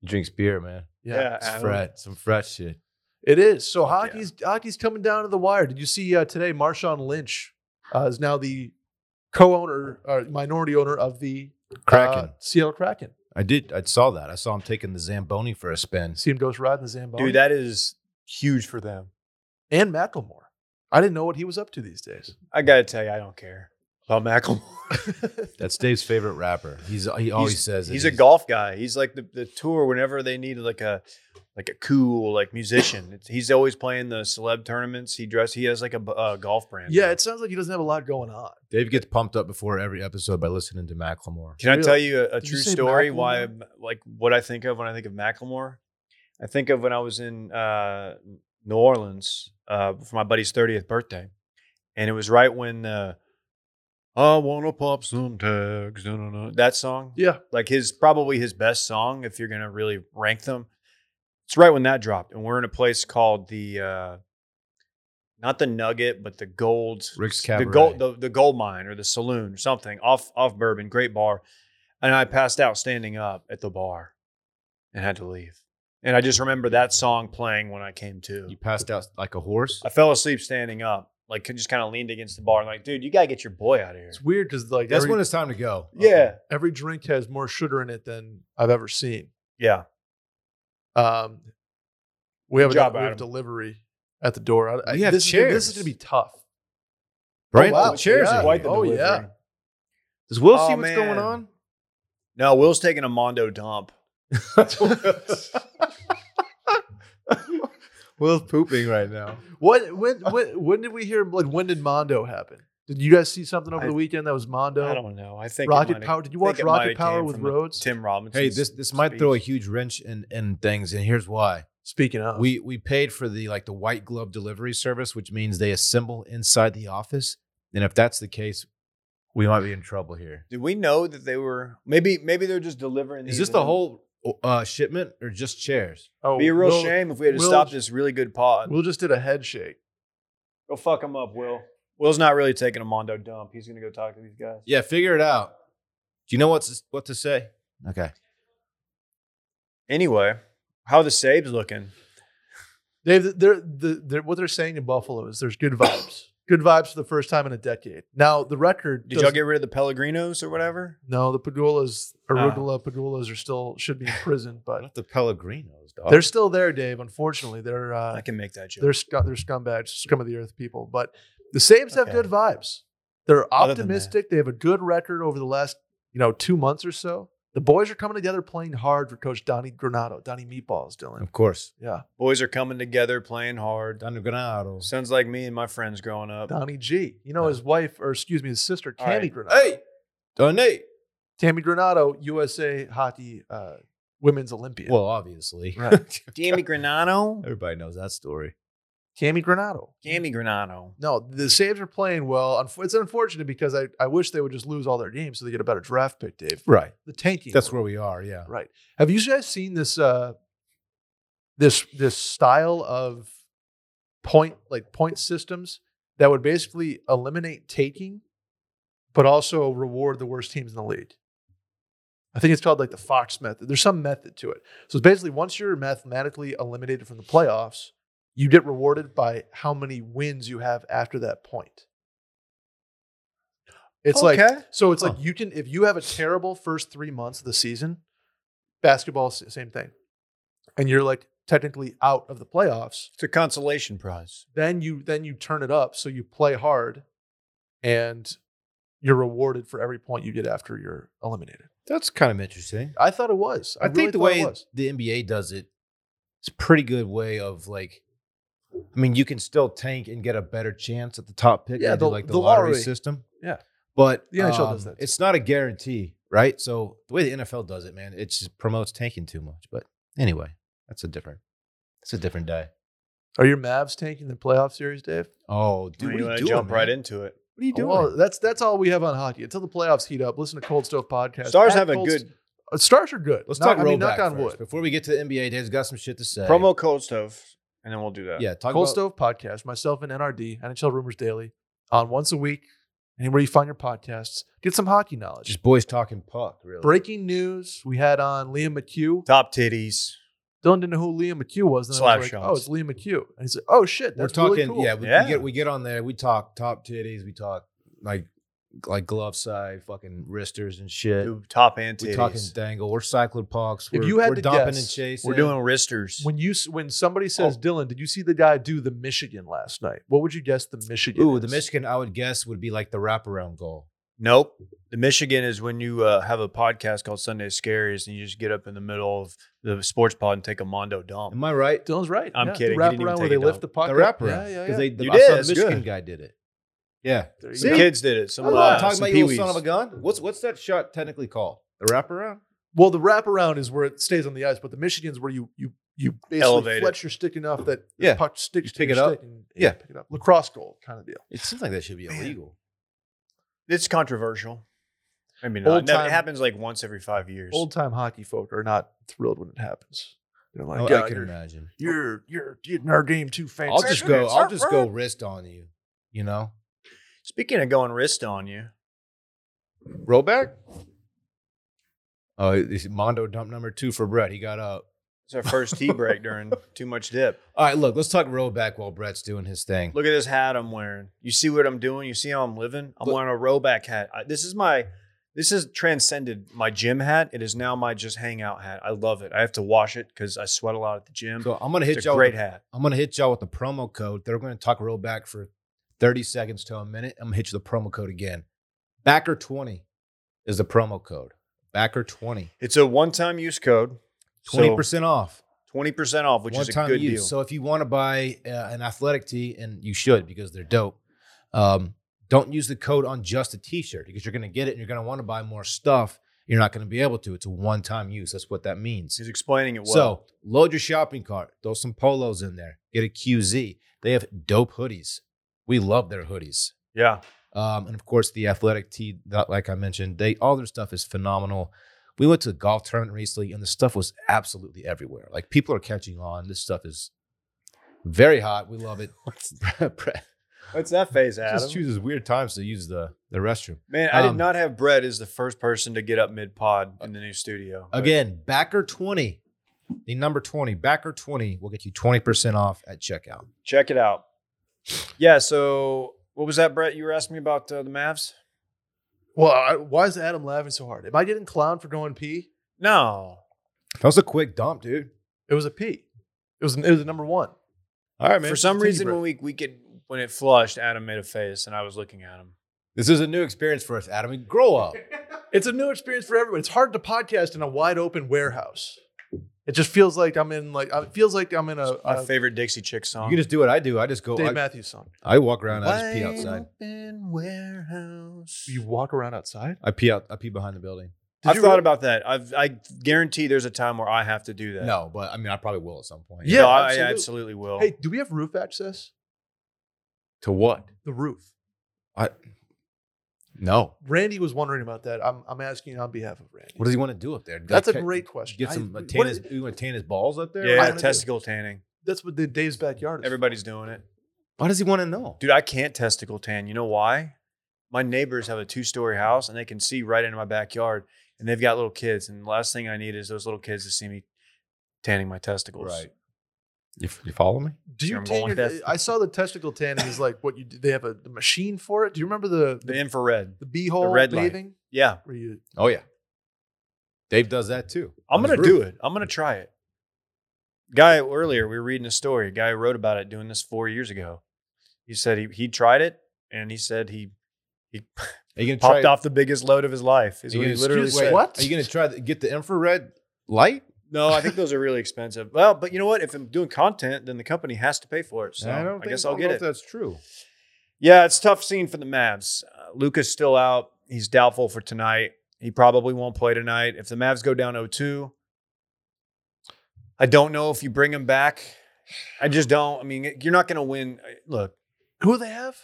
[SPEAKER 4] He drinks beer, man.
[SPEAKER 5] Yeah.
[SPEAKER 4] It's
[SPEAKER 3] Adam.
[SPEAKER 4] fresh. Some fresh shit.
[SPEAKER 5] It is. So
[SPEAKER 3] Fuck yeah.
[SPEAKER 5] hockey's hockey's coming down to the wire. Did you see uh, today? Marshawn Lynch uh, is now the co-owner or minority owner of the
[SPEAKER 4] Kraken.
[SPEAKER 5] uh, Seattle Kraken.
[SPEAKER 4] I did. I saw that. I saw him taking the Zamboni for a spin.
[SPEAKER 5] See him goes riding the Zamboni.
[SPEAKER 3] Dude, that is huge for them.
[SPEAKER 5] and Macklemore. I didn't know what he was up to these days.
[SPEAKER 3] I gotta tell you, I don't care about [laughs] Macklemore.
[SPEAKER 4] That's Dave's favorite rapper. He's Oh, he always says it.
[SPEAKER 3] he's a golf guy. He's like the, the tour whenever they need like a like a cool like musician. It's, he's always playing the celeb tournaments. He dress. He has like a b- uh, golf brand.
[SPEAKER 5] Yeah, it sounds like he doesn't have a lot going on.
[SPEAKER 4] Dave gets pumped up before every episode by listening to Macklemore.
[SPEAKER 3] Can I
[SPEAKER 5] Really?
[SPEAKER 3] tell you a, a
[SPEAKER 5] Did you
[SPEAKER 3] true
[SPEAKER 5] say
[SPEAKER 3] story? Why,
[SPEAKER 5] Macklemore?
[SPEAKER 3] I'm- like, what I think of when I think of Macklemore? I think of when I was in uh, New Orleans uh, for my buddy's 30th birthday, and it was right when uh, "I Wanna Pop Some Tags" da, da, da, that song,
[SPEAKER 5] Yeah,
[SPEAKER 3] like his probably his best song if you're gonna really rank them. It's right when that dropped, and we're in a place called the uh, not the Nugget, but the Gold
[SPEAKER 4] Rick's
[SPEAKER 3] the
[SPEAKER 4] Cabaret.
[SPEAKER 3] gold the, the gold mine or the saloon or something off off bourbon great bar and i passed out standing up at the bar and had to leave and i just remember that song playing when i came to
[SPEAKER 4] you passed out like a horse.
[SPEAKER 3] i fell asleep standing up like just kind of leaned against the bar and like dude you gotta get your boy out of here
[SPEAKER 5] it's weird because like
[SPEAKER 4] That's
[SPEAKER 5] every, uh,
[SPEAKER 4] when it's time to go.
[SPEAKER 3] yeah
[SPEAKER 5] every drink has more sugar in it than I've ever seen.
[SPEAKER 3] yeah
[SPEAKER 5] Um, we have
[SPEAKER 3] Good job,
[SPEAKER 5] a we have
[SPEAKER 3] Adam.
[SPEAKER 5] delivery at the door. I, I-
[SPEAKER 4] We have
[SPEAKER 5] this, is gonna- this
[SPEAKER 4] chairs.
[SPEAKER 5] is going to be tough.
[SPEAKER 4] Right?
[SPEAKER 5] Oh, wow.
[SPEAKER 4] The chairs.
[SPEAKER 5] Yeah.
[SPEAKER 4] are
[SPEAKER 5] Quite
[SPEAKER 4] here.
[SPEAKER 5] the Oh, delivery. yeah.
[SPEAKER 4] Does Will
[SPEAKER 3] Oh,
[SPEAKER 4] see what's
[SPEAKER 3] man.
[SPEAKER 4] going on?
[SPEAKER 3] no will's taking a mondo dump [laughs]
[SPEAKER 4] [laughs] Will's pooping right now.
[SPEAKER 5] What when
[SPEAKER 3] Uh,
[SPEAKER 5] when when did we hear like when did Mondo happen? Did you guys see something over
[SPEAKER 3] I-
[SPEAKER 5] the weekend that was Mondo?
[SPEAKER 3] i don't know i think it
[SPEAKER 5] Rocket
[SPEAKER 3] might've-
[SPEAKER 5] Power. Did you
[SPEAKER 3] I think
[SPEAKER 5] watch
[SPEAKER 3] it
[SPEAKER 5] Rocket
[SPEAKER 3] might've
[SPEAKER 5] Power
[SPEAKER 3] came
[SPEAKER 5] with
[SPEAKER 3] from the
[SPEAKER 5] Rhodes?
[SPEAKER 3] tim robinson
[SPEAKER 4] Hey, this this might throw a huge wrench in in things, and here's why.
[SPEAKER 5] Speaking of,
[SPEAKER 4] We we paid for the like the white glove delivery service, which means they assemble inside the office. And if that's the case, we might be in trouble here.
[SPEAKER 3] did we know that they were maybe maybe they're just delivering
[SPEAKER 4] Is
[SPEAKER 3] these
[SPEAKER 4] this the
[SPEAKER 3] in-
[SPEAKER 4] whole uh, shipment or just chairs?
[SPEAKER 5] oh,
[SPEAKER 3] be a real
[SPEAKER 5] Will-
[SPEAKER 3] shame if we had to
[SPEAKER 5] Will-
[SPEAKER 3] stop this really good pod.
[SPEAKER 5] Will just did a head shake.
[SPEAKER 3] Go fuck him up, Will. Will's not really taking a Mondo dump. He's gonna go talk to these guys.
[SPEAKER 4] Yeah, figure it out. Do you know what's what to say? Okay.
[SPEAKER 3] Anyway, how the Sabes looking?
[SPEAKER 5] Dave, they're, the they're, what they're saying in Buffalo is there's good vibes. good vibes for the first time in a decade. Now the record.
[SPEAKER 3] Did y'all
[SPEAKER 5] doesn't-
[SPEAKER 3] get rid of the Pellegrinos or whatever?
[SPEAKER 5] No, the Pagulas,
[SPEAKER 3] Ah.
[SPEAKER 5] Arugula Pagulas are still should be in prison, but
[SPEAKER 4] Not the Pellegrinos, dog.
[SPEAKER 5] they're still there, Dave. Unfortunately, they're uh,
[SPEAKER 3] I can make that joke.
[SPEAKER 5] they're scu- they're scumbags, scum of the earth people. But the Sabres have
[SPEAKER 3] Okay.
[SPEAKER 5] good vibes. They're
[SPEAKER 3] Other than that.
[SPEAKER 5] optimistic. They have a good record over the last you know two months or so. The boys are coming together, playing hard for Coach Donnie Granado, Donnie Meatballs, Dylan.
[SPEAKER 4] of course.
[SPEAKER 5] Yeah,
[SPEAKER 3] Boys are coming together, playing hard.
[SPEAKER 4] Don Granado.
[SPEAKER 3] Sounds like me and my friends growing up.
[SPEAKER 5] Donnie G. You know his wife, or excuse me, his sister,
[SPEAKER 3] All right.
[SPEAKER 5] Tammy Granado.
[SPEAKER 4] Hey, Donate.
[SPEAKER 5] Tammy Granado, USA Hockey uh, Women's Olympian.
[SPEAKER 4] Well, obviously,
[SPEAKER 5] [laughs] Right.
[SPEAKER 3] Damn it, Granano.
[SPEAKER 4] everybody knows that story.
[SPEAKER 5] Cami Granado.
[SPEAKER 3] Gammy Granado.
[SPEAKER 5] No, the Saves are playing well. Unf- It's unfortunate because I, I wish they would just lose all their games so they get a better draft pick, Dave.
[SPEAKER 4] Right.
[SPEAKER 5] The tanking.
[SPEAKER 4] That's
[SPEAKER 5] world.
[SPEAKER 4] where we are. Yeah.
[SPEAKER 5] Right. Have you guys seen this uh this this style of point like point systems that would basically eliminate taking but also reward the worst teams in the league? I think it's called like the Fox method. There's some method to it. So it's basically once you're mathematically eliminated from the playoffs, you get rewarded by how many wins you have after that point. It's like so it's like you can if you have a terrible first three months of the season, basketball s- same thing, and you're like technically out of the playoffs.
[SPEAKER 3] It's a consolation prize.
[SPEAKER 5] Then you then you turn it up so you play hard, and you're rewarded for every point you get after you're eliminated.
[SPEAKER 4] That's kind of interesting.
[SPEAKER 5] I thought it was.
[SPEAKER 4] I,
[SPEAKER 5] really
[SPEAKER 4] think the
[SPEAKER 5] thought it
[SPEAKER 4] way
[SPEAKER 5] was.
[SPEAKER 4] the NBA does it, it's a pretty good way of like, I mean, you can still tank and get a better chance at the top pick.
[SPEAKER 5] Yeah,
[SPEAKER 4] Yeah,
[SPEAKER 5] the-
[SPEAKER 4] like the,
[SPEAKER 5] the
[SPEAKER 4] lottery,
[SPEAKER 5] lottery.
[SPEAKER 4] system.
[SPEAKER 5] Yeah.
[SPEAKER 4] but um,
[SPEAKER 5] The NHL does that.
[SPEAKER 4] It's not a guarantee, right? So the way the NFL does it, man, it just promotes tanking too much. But anyway, that's a different, it's a different day.
[SPEAKER 5] Are your Mavs tanking the playoff series, Dave? Oh,
[SPEAKER 4] Oh, dude,
[SPEAKER 3] you
[SPEAKER 4] what are
[SPEAKER 5] uh,
[SPEAKER 3] wanna
[SPEAKER 4] you doing?
[SPEAKER 3] jump right
[SPEAKER 4] man?
[SPEAKER 3] into it.
[SPEAKER 4] What are you doing?
[SPEAKER 5] Well, that's that's all we have on hockey until the playoffs heat up. Listen to Cold Stove podcast.
[SPEAKER 3] Stars
[SPEAKER 5] At
[SPEAKER 3] have a
[SPEAKER 5] Cold
[SPEAKER 3] good
[SPEAKER 5] Uh, Stars are good.
[SPEAKER 4] Let's
[SPEAKER 5] Knock-
[SPEAKER 4] talk
[SPEAKER 5] I mean,
[SPEAKER 4] rollback
[SPEAKER 5] knock on
[SPEAKER 4] first.
[SPEAKER 5] wood.
[SPEAKER 4] Before we get to the NBA, Dave's got some shit to say.
[SPEAKER 3] promo code stove, and then we'll do that.
[SPEAKER 4] Yeah, talk
[SPEAKER 5] Cold
[SPEAKER 4] about
[SPEAKER 5] Stove Podcast, myself and NRD, NHL Rumors Daily, on once a week, anywhere you find your podcasts. Get some hockey knowledge.
[SPEAKER 4] just boys talking puck. Really,
[SPEAKER 5] Breaking news we had on Liam McHugh.
[SPEAKER 3] Top titties.
[SPEAKER 5] Dylan didn't know who Liam McHugh was. And then I was
[SPEAKER 3] Slap
[SPEAKER 5] like, oh,
[SPEAKER 3] shots.
[SPEAKER 5] it's Liam McHugh. And he's like, oh, shit.
[SPEAKER 4] We're
[SPEAKER 5] That's
[SPEAKER 4] talking.
[SPEAKER 5] really cool.
[SPEAKER 4] yeah, we,
[SPEAKER 3] Yeah.
[SPEAKER 4] we get we get on there. We talk top titties. We talk like like glove side, fucking wristers and shit.
[SPEAKER 3] Dude, top and
[SPEAKER 4] we
[SPEAKER 3] titties.
[SPEAKER 4] talking dangle. We're cycled pucks.
[SPEAKER 5] If
[SPEAKER 4] We're,
[SPEAKER 5] you had
[SPEAKER 4] we're
[SPEAKER 5] to
[SPEAKER 4] dumping
[SPEAKER 5] guess,
[SPEAKER 4] and chasing.
[SPEAKER 3] We're doing wristers.
[SPEAKER 5] When you s- when somebody says
[SPEAKER 3] Oh.
[SPEAKER 5] Dylan, did you see the guy do the Michigan last night? What would you guess the Michigan?
[SPEAKER 4] Ooh, the
[SPEAKER 5] is?
[SPEAKER 4] Michigan. I would guess would be like the wraparound goal.
[SPEAKER 3] nope. The Michigan is when you uh, have a podcast called Sunday Scaries and you just get up in the middle of the sports pod and take a mondo dump.
[SPEAKER 4] Am I right?
[SPEAKER 5] Dylan's right.
[SPEAKER 3] I'm
[SPEAKER 5] yeah,
[SPEAKER 3] kidding.
[SPEAKER 5] The
[SPEAKER 3] He didn't even
[SPEAKER 5] wraparound where
[SPEAKER 3] take
[SPEAKER 5] they
[SPEAKER 3] it
[SPEAKER 5] lift
[SPEAKER 3] down.
[SPEAKER 5] the
[SPEAKER 4] the
[SPEAKER 5] puck. up.
[SPEAKER 4] wraparound.
[SPEAKER 5] Yeah, yeah, yeah.
[SPEAKER 4] Because they the,
[SPEAKER 3] You
[SPEAKER 4] I saw
[SPEAKER 3] did,
[SPEAKER 4] the
[SPEAKER 3] that's
[SPEAKER 4] Michigan
[SPEAKER 3] good.
[SPEAKER 4] guy did it. Yeah.
[SPEAKER 5] There you
[SPEAKER 4] See?
[SPEAKER 5] go.
[SPEAKER 3] Some kids did it. Some,
[SPEAKER 4] I'm
[SPEAKER 3] uh,
[SPEAKER 4] not talking
[SPEAKER 3] some
[SPEAKER 4] about you, little
[SPEAKER 3] peewees.
[SPEAKER 4] son of a gun. What's what's that shot technically called? The wraparound.
[SPEAKER 5] Well, the wraparound is where it stays on the ice, but the Michigan's where you you you basically
[SPEAKER 3] Elevate
[SPEAKER 5] flex your stick enough that
[SPEAKER 4] Yeah.
[SPEAKER 5] the puck sticks to
[SPEAKER 4] pick
[SPEAKER 5] your
[SPEAKER 4] it up.
[SPEAKER 5] stick and
[SPEAKER 4] Yeah.
[SPEAKER 5] pick it up. Lacrosse goal kind of deal.
[SPEAKER 4] It seems like that should be illegal.
[SPEAKER 3] It's controversial. Maybe not.
[SPEAKER 5] Old
[SPEAKER 3] No,
[SPEAKER 5] time-
[SPEAKER 3] it happens like once every five years.
[SPEAKER 5] Old time hockey folk are not thrilled when it happens. They're like,
[SPEAKER 4] Oh,
[SPEAKER 5] "God,
[SPEAKER 4] I can
[SPEAKER 5] you're,
[SPEAKER 4] imagine.
[SPEAKER 5] you're you're getting our game too fancy.
[SPEAKER 4] I'll just go. I'll just go wrist on you. You know.
[SPEAKER 3] Speaking of going wrist on you,
[SPEAKER 4] Rollback? Oh, this is Mondo dump number two for Brett. He got up.
[SPEAKER 3] it's our first tea break
[SPEAKER 4] [laughs]
[SPEAKER 3] during too much dip.
[SPEAKER 4] All right, look, let's talk rollback while Brett's doing his thing.
[SPEAKER 3] Look at this hat I'm wearing. You see what I'm doing? You see how I'm living? I'm
[SPEAKER 4] Look-
[SPEAKER 3] wearing a rowback hat. I, this is my this has transcended my gym hat. It is now my just hangout hat. I love it. I have to wash it because I sweat a lot at the gym.
[SPEAKER 4] so I'm gonna hit
[SPEAKER 3] it's a
[SPEAKER 4] y'all.
[SPEAKER 3] great
[SPEAKER 4] with,
[SPEAKER 3] hat.
[SPEAKER 4] I'm gonna hit y'all with the promo code. They're gonna talk rollback for 30 seconds to a minute. I'm gonna hit you with the promo code again. Backer 20 is the promo code. Backer 20.
[SPEAKER 3] It's a one-time use code.
[SPEAKER 4] 20% off.
[SPEAKER 3] Twenty percent off, which is a
[SPEAKER 4] One-time
[SPEAKER 3] good
[SPEAKER 4] use.
[SPEAKER 3] deal.
[SPEAKER 4] So if you want to buy uh, an athletic tee, and you should because they're dope, um, don't use the code on just a t-shirt because you're going to get it and you're going to want to buy more stuff. You're not going to be able to. It's a one-time use. That's what that means.
[SPEAKER 3] He's explaining it well.
[SPEAKER 4] So load your shopping cart. Throw some polos in there. Get a QZ. They have dope hoodies. We love their hoodies.
[SPEAKER 3] yeah,
[SPEAKER 4] Um, and of course, the athletic tee, that, like I mentioned, they all their stuff is phenomenal. We went to a golf tournament recently, and the stuff was absolutely everywhere. Like people are catching on. This stuff is very hot. We [laughs] love it. Brett
[SPEAKER 3] what's that phase, Adam?
[SPEAKER 4] just chooses weird times to use the the restroom.
[SPEAKER 3] Man, I
[SPEAKER 4] Um,
[SPEAKER 3] did not have Brett as the first person to get up mid-pod in the new studio. But
[SPEAKER 4] Again, backer twenty, the number twenty, backer twenty will get you twenty percent off at checkout.
[SPEAKER 3] check it out. Yeah. So what was that, Brett? You were asking me about uh, the Mavs.
[SPEAKER 5] Well, I, why is Adam laughing so hard? Am I getting clowned for going pee?
[SPEAKER 3] No,
[SPEAKER 4] That was a quick dump, dude.
[SPEAKER 5] It was a pee. It was it was a number one.
[SPEAKER 4] All right, man.
[SPEAKER 3] for some
[SPEAKER 4] Continue,
[SPEAKER 3] reason
[SPEAKER 4] Brett.
[SPEAKER 3] when we we could when it flushed, Adam made a face, and I was looking at him.
[SPEAKER 4] this is a new experience for us, Adam. Grow [laughs] up.
[SPEAKER 5] It's a new experience for everyone. It's hard to podcast in a wide open warehouse. It just feels like I'm in like it feels like I'm in a,
[SPEAKER 3] My
[SPEAKER 5] a
[SPEAKER 3] favorite Dixie Chick
[SPEAKER 4] You
[SPEAKER 3] song.
[SPEAKER 4] can just do what I do. I just go.
[SPEAKER 5] Dave
[SPEAKER 4] I,
[SPEAKER 5] Matthews song.
[SPEAKER 4] I walk around. I just pee outside.
[SPEAKER 3] Open warehouse.
[SPEAKER 5] You walk around outside.
[SPEAKER 4] I pee out. I pee behind the building.
[SPEAKER 3] I've
[SPEAKER 5] you
[SPEAKER 3] thought
[SPEAKER 5] really-
[SPEAKER 3] about that. I've, I guarantee there's a time where I have to do that.
[SPEAKER 4] No, but I mean, I probably will at some point.
[SPEAKER 5] Yeah,
[SPEAKER 3] No, I, I
[SPEAKER 5] absolutely.
[SPEAKER 3] absolutely will.
[SPEAKER 5] Hey, do we have roof access?
[SPEAKER 4] To what?
[SPEAKER 5] The roof.
[SPEAKER 4] No.
[SPEAKER 5] Randy was wondering about that. I'm, I'm asking on behalf of Randy.
[SPEAKER 4] What does he want to do up there?
[SPEAKER 5] That's
[SPEAKER 4] Like,
[SPEAKER 5] a
[SPEAKER 4] ca-
[SPEAKER 5] great question.
[SPEAKER 4] Get
[SPEAKER 5] I-
[SPEAKER 4] some uh,
[SPEAKER 5] what
[SPEAKER 4] tan his,
[SPEAKER 5] is-
[SPEAKER 4] you want to tan his balls up there?
[SPEAKER 3] yeah,
[SPEAKER 4] Why-
[SPEAKER 3] testicle tanning.
[SPEAKER 5] That's what the Dave's backyard is.
[SPEAKER 3] Everybody's doing it.
[SPEAKER 4] Why does he want to know?
[SPEAKER 3] Dude, I can't testicle tan. You know why? My neighbors have a two story house and they can see right into my backyard and they've got little kids. And the last thing I need is those little kids to see me tanning my testicles.
[SPEAKER 4] right. You, f- you follow me?
[SPEAKER 5] Do you
[SPEAKER 3] I'm
[SPEAKER 5] tan
[SPEAKER 3] going
[SPEAKER 5] your,
[SPEAKER 3] with this.
[SPEAKER 5] I saw the testicle tanning is like what you do. They have a the machine for it. Do you remember the
[SPEAKER 3] The
[SPEAKER 5] the,
[SPEAKER 3] infrared.
[SPEAKER 5] the beehole
[SPEAKER 3] red light.
[SPEAKER 5] bathing?
[SPEAKER 3] Yeah.
[SPEAKER 5] Where you
[SPEAKER 4] Oh yeah. Dave does that too.
[SPEAKER 3] I'm
[SPEAKER 4] On
[SPEAKER 3] going to
[SPEAKER 4] his
[SPEAKER 3] do
[SPEAKER 4] roof.
[SPEAKER 3] it. I'm going to try it. Guy earlier, we were reading a story. A guy wrote about it doing this four years ago. He said he, he tried it and he said he, he [laughs]
[SPEAKER 4] Are you gonna
[SPEAKER 3] popped
[SPEAKER 4] try,
[SPEAKER 3] off the biggest load of his life, is
[SPEAKER 4] Are you
[SPEAKER 3] what he
[SPEAKER 4] gonna-
[SPEAKER 3] literally
[SPEAKER 5] excuse-
[SPEAKER 3] said.
[SPEAKER 5] wait,
[SPEAKER 4] Are you gonna try to get the infrared light?
[SPEAKER 3] No, I think those are really expensive. Well, but you know what? If I'm doing content, then the company has to pay for it. So I,
[SPEAKER 4] think-
[SPEAKER 3] guess I'll
[SPEAKER 4] don't
[SPEAKER 3] get
[SPEAKER 4] know
[SPEAKER 3] it.
[SPEAKER 4] If that's true.
[SPEAKER 3] Yeah, it's tough scene for the Mavs. Uh, Luca's still out. He's doubtful for tonight. He probably won't play tonight. If the Mavs go down 0-2, I don't know if you bring him back. I just don't. I mean, you're not going to win. Look,
[SPEAKER 5] who do they have?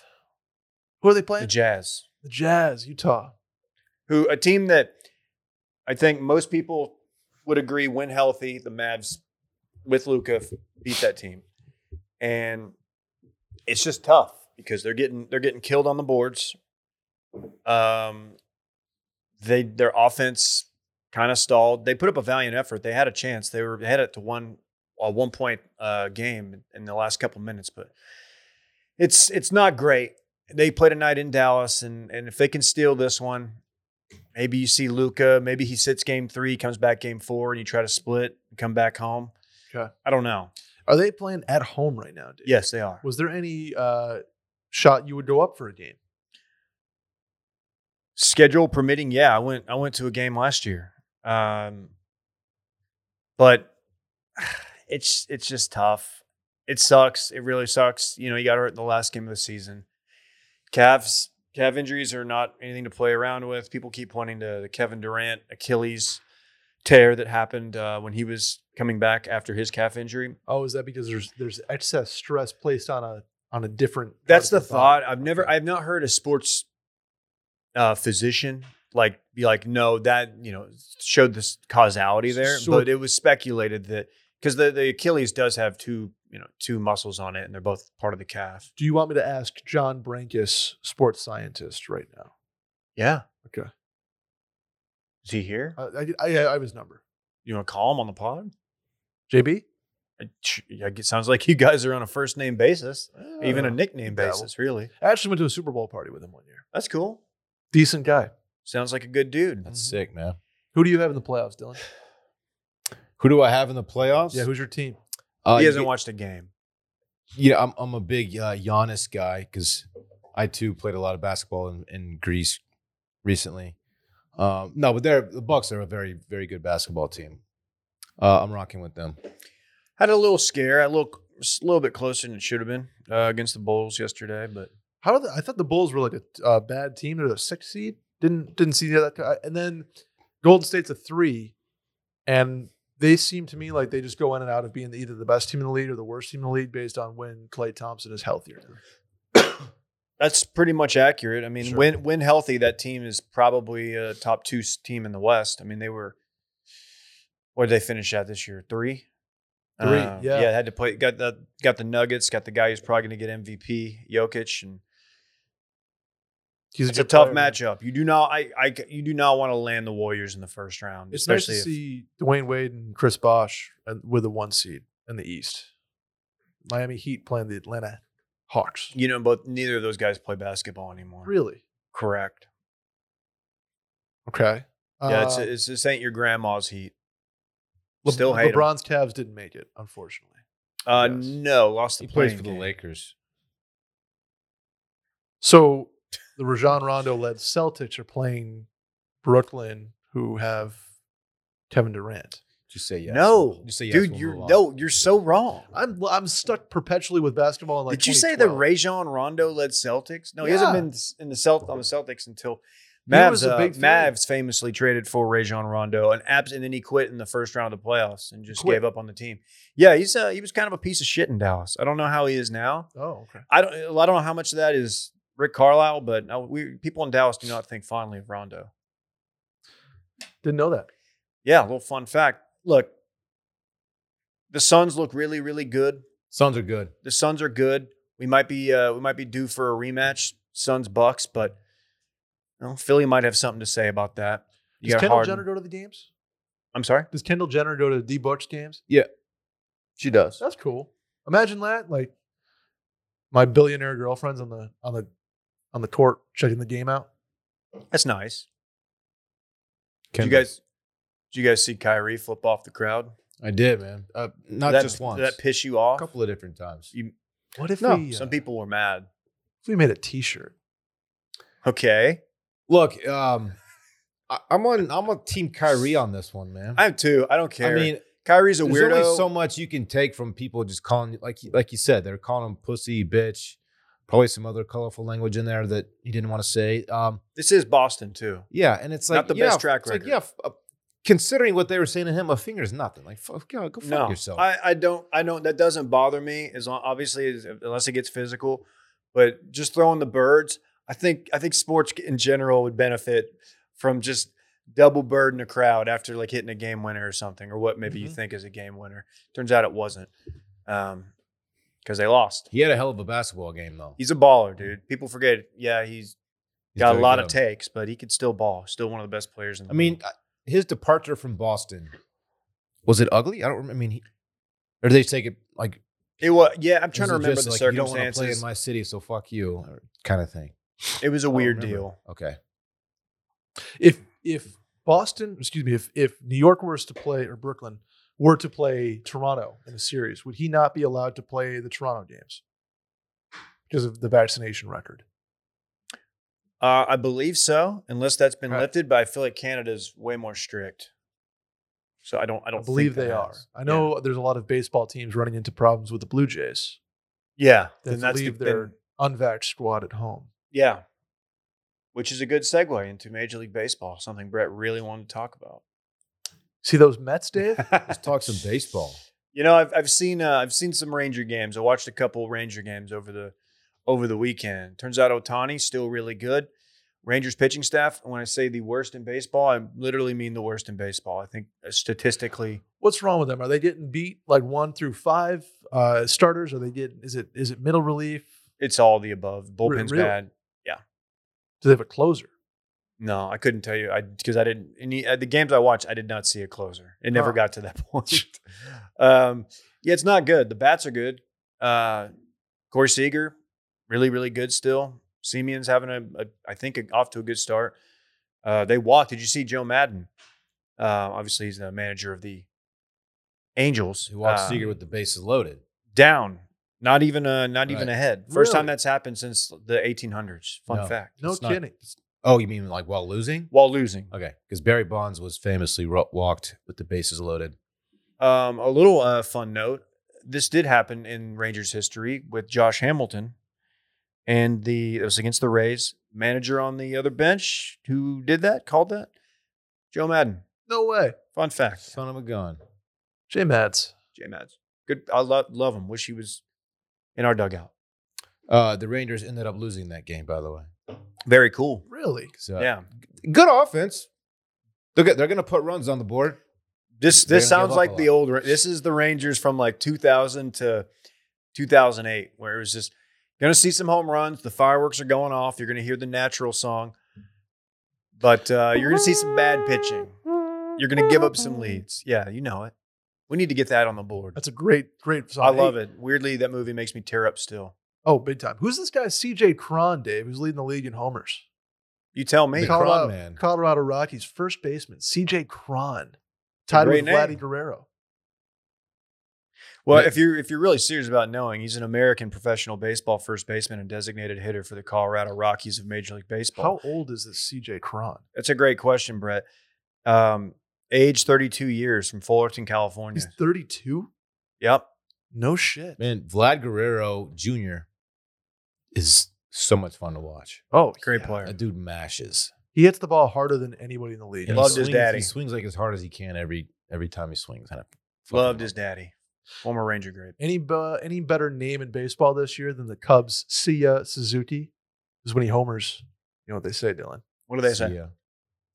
[SPEAKER 5] Who are they
[SPEAKER 3] the
[SPEAKER 5] playing?
[SPEAKER 3] Jazz,
[SPEAKER 5] the Jazz, Utah.
[SPEAKER 3] who a team that I think most people would agree when healthy, the Mavs with Luca beat that team. And it's just tough because they're getting they're getting killed on the boards. Um they their offense kind of stalled. They put up a valiant effort. They had a chance. They were they had it to one a one point uh, game in the last couple minutes, but it's it's not great. They play tonight in Dallas, and and if they can steal this one, maybe you see Luca. Maybe he sits game three, comes back game four, and you try to split and come back home.
[SPEAKER 5] Okay.
[SPEAKER 3] I don't know.
[SPEAKER 5] Are they playing at home right now, dude?
[SPEAKER 3] Yes, they are.
[SPEAKER 5] Was there any uh, shot you would go up for a game?
[SPEAKER 3] schedule permitting, yeah, I went I went to a game last year. Um, but [sighs] it's it's just tough. It sucks. It really sucks. You know, you got hurt in the last game of the season. Calves calf injuries are not anything to play around with. People keep pointing to the Kevin Durant Achilles tear that happened uh, when he was coming back after his calf injury.
[SPEAKER 5] Oh, is that because there's there's excess stress placed on a on a different? part
[SPEAKER 3] That's
[SPEAKER 5] of
[SPEAKER 3] the
[SPEAKER 5] your body?
[SPEAKER 3] thought. I've never, I've not heard a sports uh, physician like be like, no, that you know showed this causality there,
[SPEAKER 5] Sort-
[SPEAKER 3] but it was speculated that because the the Achilles does have two you know two muscles on it, and they're both part of the calf.
[SPEAKER 5] Do you want me to ask John Brankus, sports scientist, right now?
[SPEAKER 3] Yeah.
[SPEAKER 5] Okay.
[SPEAKER 3] Is he here?
[SPEAKER 5] Uh, I I, I, I have his number.
[SPEAKER 3] You want to call him on the pod?
[SPEAKER 5] JB.
[SPEAKER 3] I- sh- yeah, It sounds like you guys are on a first name basis, even a
[SPEAKER 5] Uh,
[SPEAKER 3] nickname
[SPEAKER 5] yeah, well-
[SPEAKER 3] basis. Really,
[SPEAKER 5] I actually went to a Super Bowl party with him one year.
[SPEAKER 3] that's cool.
[SPEAKER 5] Decent guy.
[SPEAKER 3] Sounds like a good dude.
[SPEAKER 4] That's
[SPEAKER 5] Mhm.
[SPEAKER 4] sick, man.
[SPEAKER 5] Who do you have in the playoffs, Dylan?
[SPEAKER 4] Who do I have in the playoffs?
[SPEAKER 5] Yeah, who's your team?
[SPEAKER 4] Uh,
[SPEAKER 3] he hasn't
[SPEAKER 4] y-
[SPEAKER 3] watched a game.
[SPEAKER 4] Yeah, I'm I'm a big uh, Giannis guy because I too played a lot of basketball in, in Greece recently. Um, no, but they're the Bucks are a very very good basketball team. Uh, I'm rocking with them.
[SPEAKER 3] Had a little scare, a little, a little bit closer than it should have been uh, against the Bulls yesterday, but
[SPEAKER 5] How did the, I thought the Bulls were like a uh, bad team? They're the sixth seed. Didn't didn't see that. guy. And then Golden State's a three, and they seem to me like they just go in and out of being either the best team in the league or the worst team in the league based on when Clay Thompson is healthier.
[SPEAKER 3] that's pretty much accurate. I mean,
[SPEAKER 5] Sure.
[SPEAKER 3] when when healthy, that team is probably a top two s- team in the West. I mean, they were. What did they finish at this year? Three. Um,
[SPEAKER 5] Three, yeah.
[SPEAKER 3] Yeah, had to play. Got the got the Nuggets. Got the guy who's probably going to get MVP, Jokic, and
[SPEAKER 5] He's
[SPEAKER 3] it's a
[SPEAKER 5] good
[SPEAKER 3] tough
[SPEAKER 5] player, man.
[SPEAKER 3] matchup. You do not, I, I, you do not want to land the Warriors in the first round.
[SPEAKER 5] It's nice to
[SPEAKER 3] especially if-
[SPEAKER 5] see Dwayne Wade and Chris Bosh with the one seed in the East. Miami Heat playing the Atlanta Hawks.
[SPEAKER 3] you know, but neither of those guys play basketball anymore.
[SPEAKER 5] Really?
[SPEAKER 3] Correct.
[SPEAKER 5] Okay.
[SPEAKER 3] Yeah, it's
[SPEAKER 4] Um,
[SPEAKER 5] Uh,
[SPEAKER 3] it's this ain't your grandma's heat.
[SPEAKER 5] Le-
[SPEAKER 3] Still hate 'em.
[SPEAKER 5] LeBron's Cavs didn't make it, unfortunately.
[SPEAKER 3] Uh,
[SPEAKER 5] Yes.
[SPEAKER 3] no, lost the
[SPEAKER 4] He plays
[SPEAKER 3] playing
[SPEAKER 4] for the
[SPEAKER 3] game.
[SPEAKER 4] Lakers.
[SPEAKER 5] So the Rajon Rondo led Celtics are playing Brooklyn, who have Kevin Durant.
[SPEAKER 4] Just say yes.
[SPEAKER 3] No,
[SPEAKER 4] just say yes.
[SPEAKER 3] dude,
[SPEAKER 4] we'll
[SPEAKER 3] you're
[SPEAKER 4] move on.
[SPEAKER 3] no, you're so wrong.
[SPEAKER 5] I'm I'm stuck perpetually with basketball. In like
[SPEAKER 3] Did you say the
[SPEAKER 5] 2012.
[SPEAKER 3] Rajon Rondo led Celtics? No, he hasn't
[SPEAKER 5] Yeah.
[SPEAKER 3] been in the Celt on the Celtics until Mavs,
[SPEAKER 5] was a
[SPEAKER 3] uh,
[SPEAKER 5] big three.
[SPEAKER 3] Mavs famously traded for Rajon Rondo and abs, and then he quit in the first round of the playoffs and just
[SPEAKER 5] Quit.
[SPEAKER 3] gave up on the team. Yeah, he's uh, he was kind of a piece of shit in Dallas. I don't know how he is now.
[SPEAKER 5] Oh, okay.
[SPEAKER 3] I don't I don't know how much of that is Rick Carlisle, but uh, we people in Dallas do not think fondly of Rondo.
[SPEAKER 5] Didn't know that.
[SPEAKER 3] Yeah, a little fun fact. Look, the Suns look really really good.
[SPEAKER 4] Suns are good.
[SPEAKER 3] The Suns are good. We might be uh, we might be due for a rematch, Suns Bucks, but you know, Philly might have something to say about that. You
[SPEAKER 5] Does
[SPEAKER 3] got
[SPEAKER 5] Kendall
[SPEAKER 3] Harden.
[SPEAKER 5] Jenner go to the games?
[SPEAKER 3] I'm sorry.
[SPEAKER 5] Does Kendall Jenner go to the D Butch games?
[SPEAKER 6] She does.
[SPEAKER 5] That's cool. Imagine that. Like my billionaire girlfriend's on the on the on the court checking the game out.
[SPEAKER 3] That's nice. Did you
[SPEAKER 4] Kendall.
[SPEAKER 3] guys did you guys see Kyrie flip off the crowd?
[SPEAKER 4] I did, man. Uh, not
[SPEAKER 3] Did that,
[SPEAKER 4] just once.
[SPEAKER 3] Did that piss you off?
[SPEAKER 4] a couple of different times.
[SPEAKER 3] You-
[SPEAKER 5] What if
[SPEAKER 4] No,
[SPEAKER 5] we uh,
[SPEAKER 3] Some people were mad.
[SPEAKER 5] if we made a t shirt?
[SPEAKER 3] Okay.
[SPEAKER 4] Look, um, I, I'm on. I'm on Team Kyrie on this one, man.
[SPEAKER 3] I am too. I don't
[SPEAKER 4] I
[SPEAKER 3] care.
[SPEAKER 4] mean,
[SPEAKER 3] Kyrie's a
[SPEAKER 4] there's
[SPEAKER 3] weirdo.
[SPEAKER 4] only so much you can take from people just calling, like, like you said, they're calling him pussy, bitch, probably some other colorful language in there that he didn't want to say. Um,
[SPEAKER 3] this is Boston too.
[SPEAKER 4] yeah, and it's like
[SPEAKER 3] Not the
[SPEAKER 4] yeah,
[SPEAKER 3] best track
[SPEAKER 4] it's like,
[SPEAKER 3] record.
[SPEAKER 4] yeah, f- uh, considering what they were saying to him, a finger's nothing. Like, fuck, go, go fuck
[SPEAKER 3] No,
[SPEAKER 4] yourself.
[SPEAKER 3] I, I don't. I don't. That doesn't bother me. As long, obviously, as, unless it gets physical, but just throwing the birds. I think. I think sports in general would benefit from just double bird in a crowd after like hitting a game winner or something, or what maybe
[SPEAKER 4] Mm-hmm.
[SPEAKER 3] you think is a game winner. Turns out it wasn't, because they lost.
[SPEAKER 4] he had a hell of a basketball game though.
[SPEAKER 3] He's a baller, dude. People forget. it. Yeah, he's
[SPEAKER 4] He's
[SPEAKER 3] got a
[SPEAKER 4] very
[SPEAKER 3] lot
[SPEAKER 4] good.
[SPEAKER 3] of takes, but he could still ball. Still one of the best players in the
[SPEAKER 4] I mean, uh, his departure from Boston was it ugly? I don't. Remember, I mean, he, or did they take it like?
[SPEAKER 3] It was yeah. I'm trying
[SPEAKER 4] was
[SPEAKER 3] to
[SPEAKER 4] it
[SPEAKER 3] remember
[SPEAKER 4] just
[SPEAKER 3] the
[SPEAKER 4] like, You don't want to play in
[SPEAKER 3] circumstances.
[SPEAKER 4] my city, so fuck you, kind of thing.
[SPEAKER 3] it was a
[SPEAKER 4] don't
[SPEAKER 3] weird
[SPEAKER 4] remember.
[SPEAKER 3] deal.
[SPEAKER 4] Okay,
[SPEAKER 5] If if Boston, excuse me, if if New York was to play or Brooklyn were to play Toronto in a series, would he not be allowed to play the Toronto games because of the vaccination record?
[SPEAKER 3] Uh, I believe so, unless that's been
[SPEAKER 5] Right.
[SPEAKER 3] lifted. But I feel like Canada's way more strict. So I don't. I
[SPEAKER 5] I,
[SPEAKER 3] don't
[SPEAKER 5] believe
[SPEAKER 3] think
[SPEAKER 5] they
[SPEAKER 3] that
[SPEAKER 5] are.
[SPEAKER 3] has.
[SPEAKER 5] I know there's a lot of baseball teams running into problems with the Blue Jays.
[SPEAKER 3] Yeah.
[SPEAKER 5] They
[SPEAKER 3] Then
[SPEAKER 5] have to
[SPEAKER 3] that's the-
[SPEAKER 5] leave
[SPEAKER 3] then-
[SPEAKER 5] their unvaxxed squad at home.
[SPEAKER 3] yeah. Which is a good segue into Major League Baseball, something Brett really wanted to talk about.
[SPEAKER 5] See
[SPEAKER 3] [laughs]
[SPEAKER 5] those Mets, Dave?
[SPEAKER 4] let's talk some baseball.
[SPEAKER 3] You know, I've, I've seen uh, I've seen some Ranger games. I watched a couple Ranger games over the over the weekend. Turns out Otani's still really good. Rangers pitching staff. When I say the worst in baseball, I literally mean the worst in baseball. I think uh, statistically,
[SPEAKER 5] What's wrong with them? Are they getting beat like one through five uh, starters? Are they getting? Is it is it middle relief?
[SPEAKER 3] it's all the above. Bullpen's
[SPEAKER 5] really?
[SPEAKER 3] bad.
[SPEAKER 5] Do they have a closer?
[SPEAKER 3] No, I couldn't tell you. I because I didn't any uh, the games I watched, I did not see a closer. It never
[SPEAKER 5] Huh.
[SPEAKER 3] got to that [laughs] point. um, yeah, it's not good. The bats are good. Uh, Corey Seager, really, really good still. Simeon's having a, a I think, a, off to a good start. Uh, they walked. Did you see Joe Madden? Uh, obviously, he's the manager of the Angels.
[SPEAKER 4] He walks
[SPEAKER 3] Uh,
[SPEAKER 4] Seager with the bases loaded.
[SPEAKER 3] down. Not even a not even
[SPEAKER 4] Right.
[SPEAKER 3] ahead. First time
[SPEAKER 5] Really?
[SPEAKER 3] that's happened since the 1800s. Fun
[SPEAKER 4] No.
[SPEAKER 3] fact.
[SPEAKER 5] No
[SPEAKER 4] It's not-
[SPEAKER 5] kidding.
[SPEAKER 4] Oh, you mean like while losing?
[SPEAKER 3] While losing.
[SPEAKER 4] Okay, because Barry Bonds was famously ro- walked with the bases loaded.
[SPEAKER 3] Um, a little uh, fun note: this did happen in Rangers history with Josh Hamilton, and the it was against the Rays. Manager on the other bench who did that called that Joe Madden.
[SPEAKER 5] No way.
[SPEAKER 3] Fun fact:
[SPEAKER 4] Son of a gun.
[SPEAKER 5] J Mads.
[SPEAKER 3] Jay Mads. Good. I love love him. Wish he was in our dugout.
[SPEAKER 4] Uh, the Rangers ended up losing that game, by the way.
[SPEAKER 3] Very cool.
[SPEAKER 5] Really?
[SPEAKER 4] 'Cause, uh,
[SPEAKER 3] yeah.
[SPEAKER 4] good offense. They're go- they're going to put runs on the board.
[SPEAKER 3] This
[SPEAKER 4] they're
[SPEAKER 3] this
[SPEAKER 4] gonna give
[SPEAKER 3] sounds
[SPEAKER 4] up
[SPEAKER 3] like
[SPEAKER 4] a
[SPEAKER 3] the
[SPEAKER 4] lot.
[SPEAKER 3] old. Ra- This is the Rangers from like 2000 to 2008, where it was just gonna see some home runs. The fireworks are going off. You're gonna hear the natural song, but uh, you're gonna see some bad pitching. You're gonna give up some leads. Yeah, you know it. We need to get that on the board.
[SPEAKER 5] That's a great, great song.
[SPEAKER 3] I love
[SPEAKER 5] Hey-
[SPEAKER 3] it. Weirdly, that movie makes me tear up still.
[SPEAKER 5] Oh, big time. Who's this guy? CJ Cron, Dave, who's leading the league in homers.
[SPEAKER 3] You tell me.
[SPEAKER 4] The Cron
[SPEAKER 5] Colorado,
[SPEAKER 4] man.
[SPEAKER 5] Colorado Rockies first baseman, CJ Cron, tied
[SPEAKER 3] great
[SPEAKER 5] with
[SPEAKER 3] name.
[SPEAKER 5] Vladdy Guerrero.
[SPEAKER 3] Well, if you're if you're really serious about knowing, he's an American professional baseball first baseman and designated hitter for the Colorado Rockies of Major League Baseball.
[SPEAKER 5] How old is this CJ Cron?
[SPEAKER 3] That's a great question, Brett. Um, age 32 years from Fullerton, California.
[SPEAKER 5] He's 32?
[SPEAKER 3] Yep.
[SPEAKER 5] No shit.
[SPEAKER 4] Man, Vlad Guerrero Jr. is so much fun to watch.
[SPEAKER 5] Oh,
[SPEAKER 3] Great
[SPEAKER 5] yeah.
[SPEAKER 3] player.
[SPEAKER 4] That dude mashes.
[SPEAKER 5] He hits the ball harder than anybody in the league.
[SPEAKER 4] And he
[SPEAKER 3] Loved his
[SPEAKER 4] swings-
[SPEAKER 3] daddy.
[SPEAKER 4] He swings like as hard as he can every every time he swings. And I fucking
[SPEAKER 3] Loved his daddy. Former Ranger great.
[SPEAKER 5] Any bu- any better name in baseball this year than the Cubs? Sia Suzuki is when he homers. You know what they say, Dylan?
[SPEAKER 3] What do they say?
[SPEAKER 4] Yeah,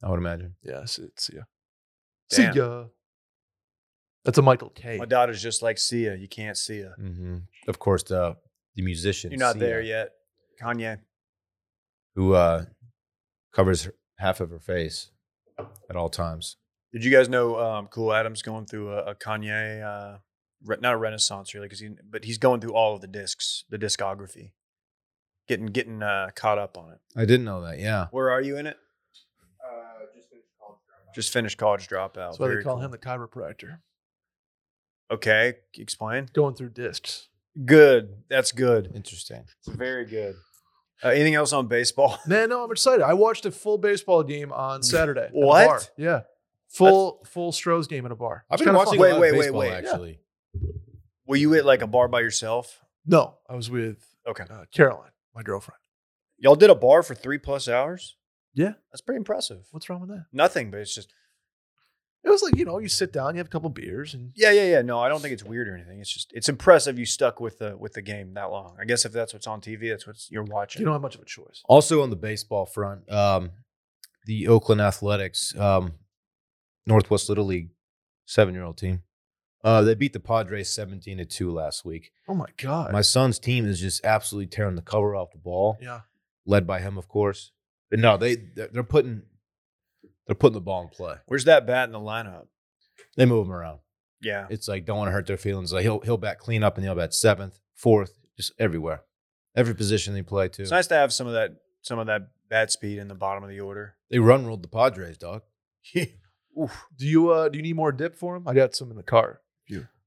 [SPEAKER 4] I would imagine.
[SPEAKER 5] Yeah, it's Sia.
[SPEAKER 3] Damn.
[SPEAKER 5] Sia. That's a Michael K.
[SPEAKER 3] My daughter's just like Sia. You can't see her.
[SPEAKER 4] hmm Of course, the the musician.
[SPEAKER 3] You're not
[SPEAKER 4] Sia,
[SPEAKER 3] there yet. Kanye.
[SPEAKER 4] Who uh, covers her- half of her face at all times.
[SPEAKER 3] Did you guys know um, Cool Adams going through a, a Kanye, uh, re- not a renaissance really, because he, but he's going through all of the discs, the discography, getting getting uh, caught up on it.
[SPEAKER 4] I didn't know that. Yeah.
[SPEAKER 3] Where are you in it? Uh, Just finished college dropout.
[SPEAKER 5] That's why they
[SPEAKER 3] Very
[SPEAKER 5] call
[SPEAKER 3] cool.
[SPEAKER 5] him the chiropractor.
[SPEAKER 3] Okay, explain.
[SPEAKER 5] Going through discs.
[SPEAKER 3] Good. That's good.
[SPEAKER 4] Interesting.
[SPEAKER 3] Very good. Uh, anything else on baseball? [laughs]
[SPEAKER 5] Man, no, I'm excited. I watched a full baseball game on Saturday. at a
[SPEAKER 3] What?
[SPEAKER 5] bar. Yeah. Full full Stroh's game at a bar.
[SPEAKER 4] I've
[SPEAKER 5] It's
[SPEAKER 4] been
[SPEAKER 5] kinda
[SPEAKER 4] watching
[SPEAKER 5] fun.
[SPEAKER 3] Wait,
[SPEAKER 4] a lot
[SPEAKER 3] wait,
[SPEAKER 4] of
[SPEAKER 3] wait,
[SPEAKER 4] baseball
[SPEAKER 3] wait.
[SPEAKER 4] actually.
[SPEAKER 3] Were you at like a bar by yourself?
[SPEAKER 5] No, I was with
[SPEAKER 3] Okay.
[SPEAKER 5] uh, Caroline, my girlfriend.
[SPEAKER 3] Y'all did a bar for three plus hours.
[SPEAKER 5] Yeah.
[SPEAKER 3] that's pretty impressive.
[SPEAKER 5] What's wrong with that?
[SPEAKER 3] Nothing, but it's just
[SPEAKER 5] It was like, you know, you sit down, you have a couple beers, and
[SPEAKER 3] yeah, yeah, yeah. No, I don't think it's weird or anything. It's just it's impressive you stuck with the with the game that long. I guess if that's what's on TV, that's what you're watching.
[SPEAKER 5] you don't have much of a choice.
[SPEAKER 4] Also on the baseball front, um, the Oakland Athletics, um, Northwest Little League, seven-year-old team. Uh, they beat the Padres seventeen to two last week.
[SPEAKER 5] Oh my God.
[SPEAKER 4] My son's team is just absolutely tearing the cover off the ball,
[SPEAKER 5] yeah.
[SPEAKER 4] led by him, of course. But no, they they're they're putting they're putting the ball in play.
[SPEAKER 3] Where's that bat in the lineup?
[SPEAKER 4] They move him around.
[SPEAKER 3] Yeah,
[SPEAKER 4] It's like don't want to hurt their feelings. Like he'll he'll bat clean up and he'll bat seventh, fourth, just everywhere, every position they play too.
[SPEAKER 3] it's nice to have some of that some of that bat speed in the bottom of the order.
[SPEAKER 4] They run ruled the Padres, dog. [laughs]
[SPEAKER 3] Oof.
[SPEAKER 5] Do you uh do you need more dip for him? I got some in the car.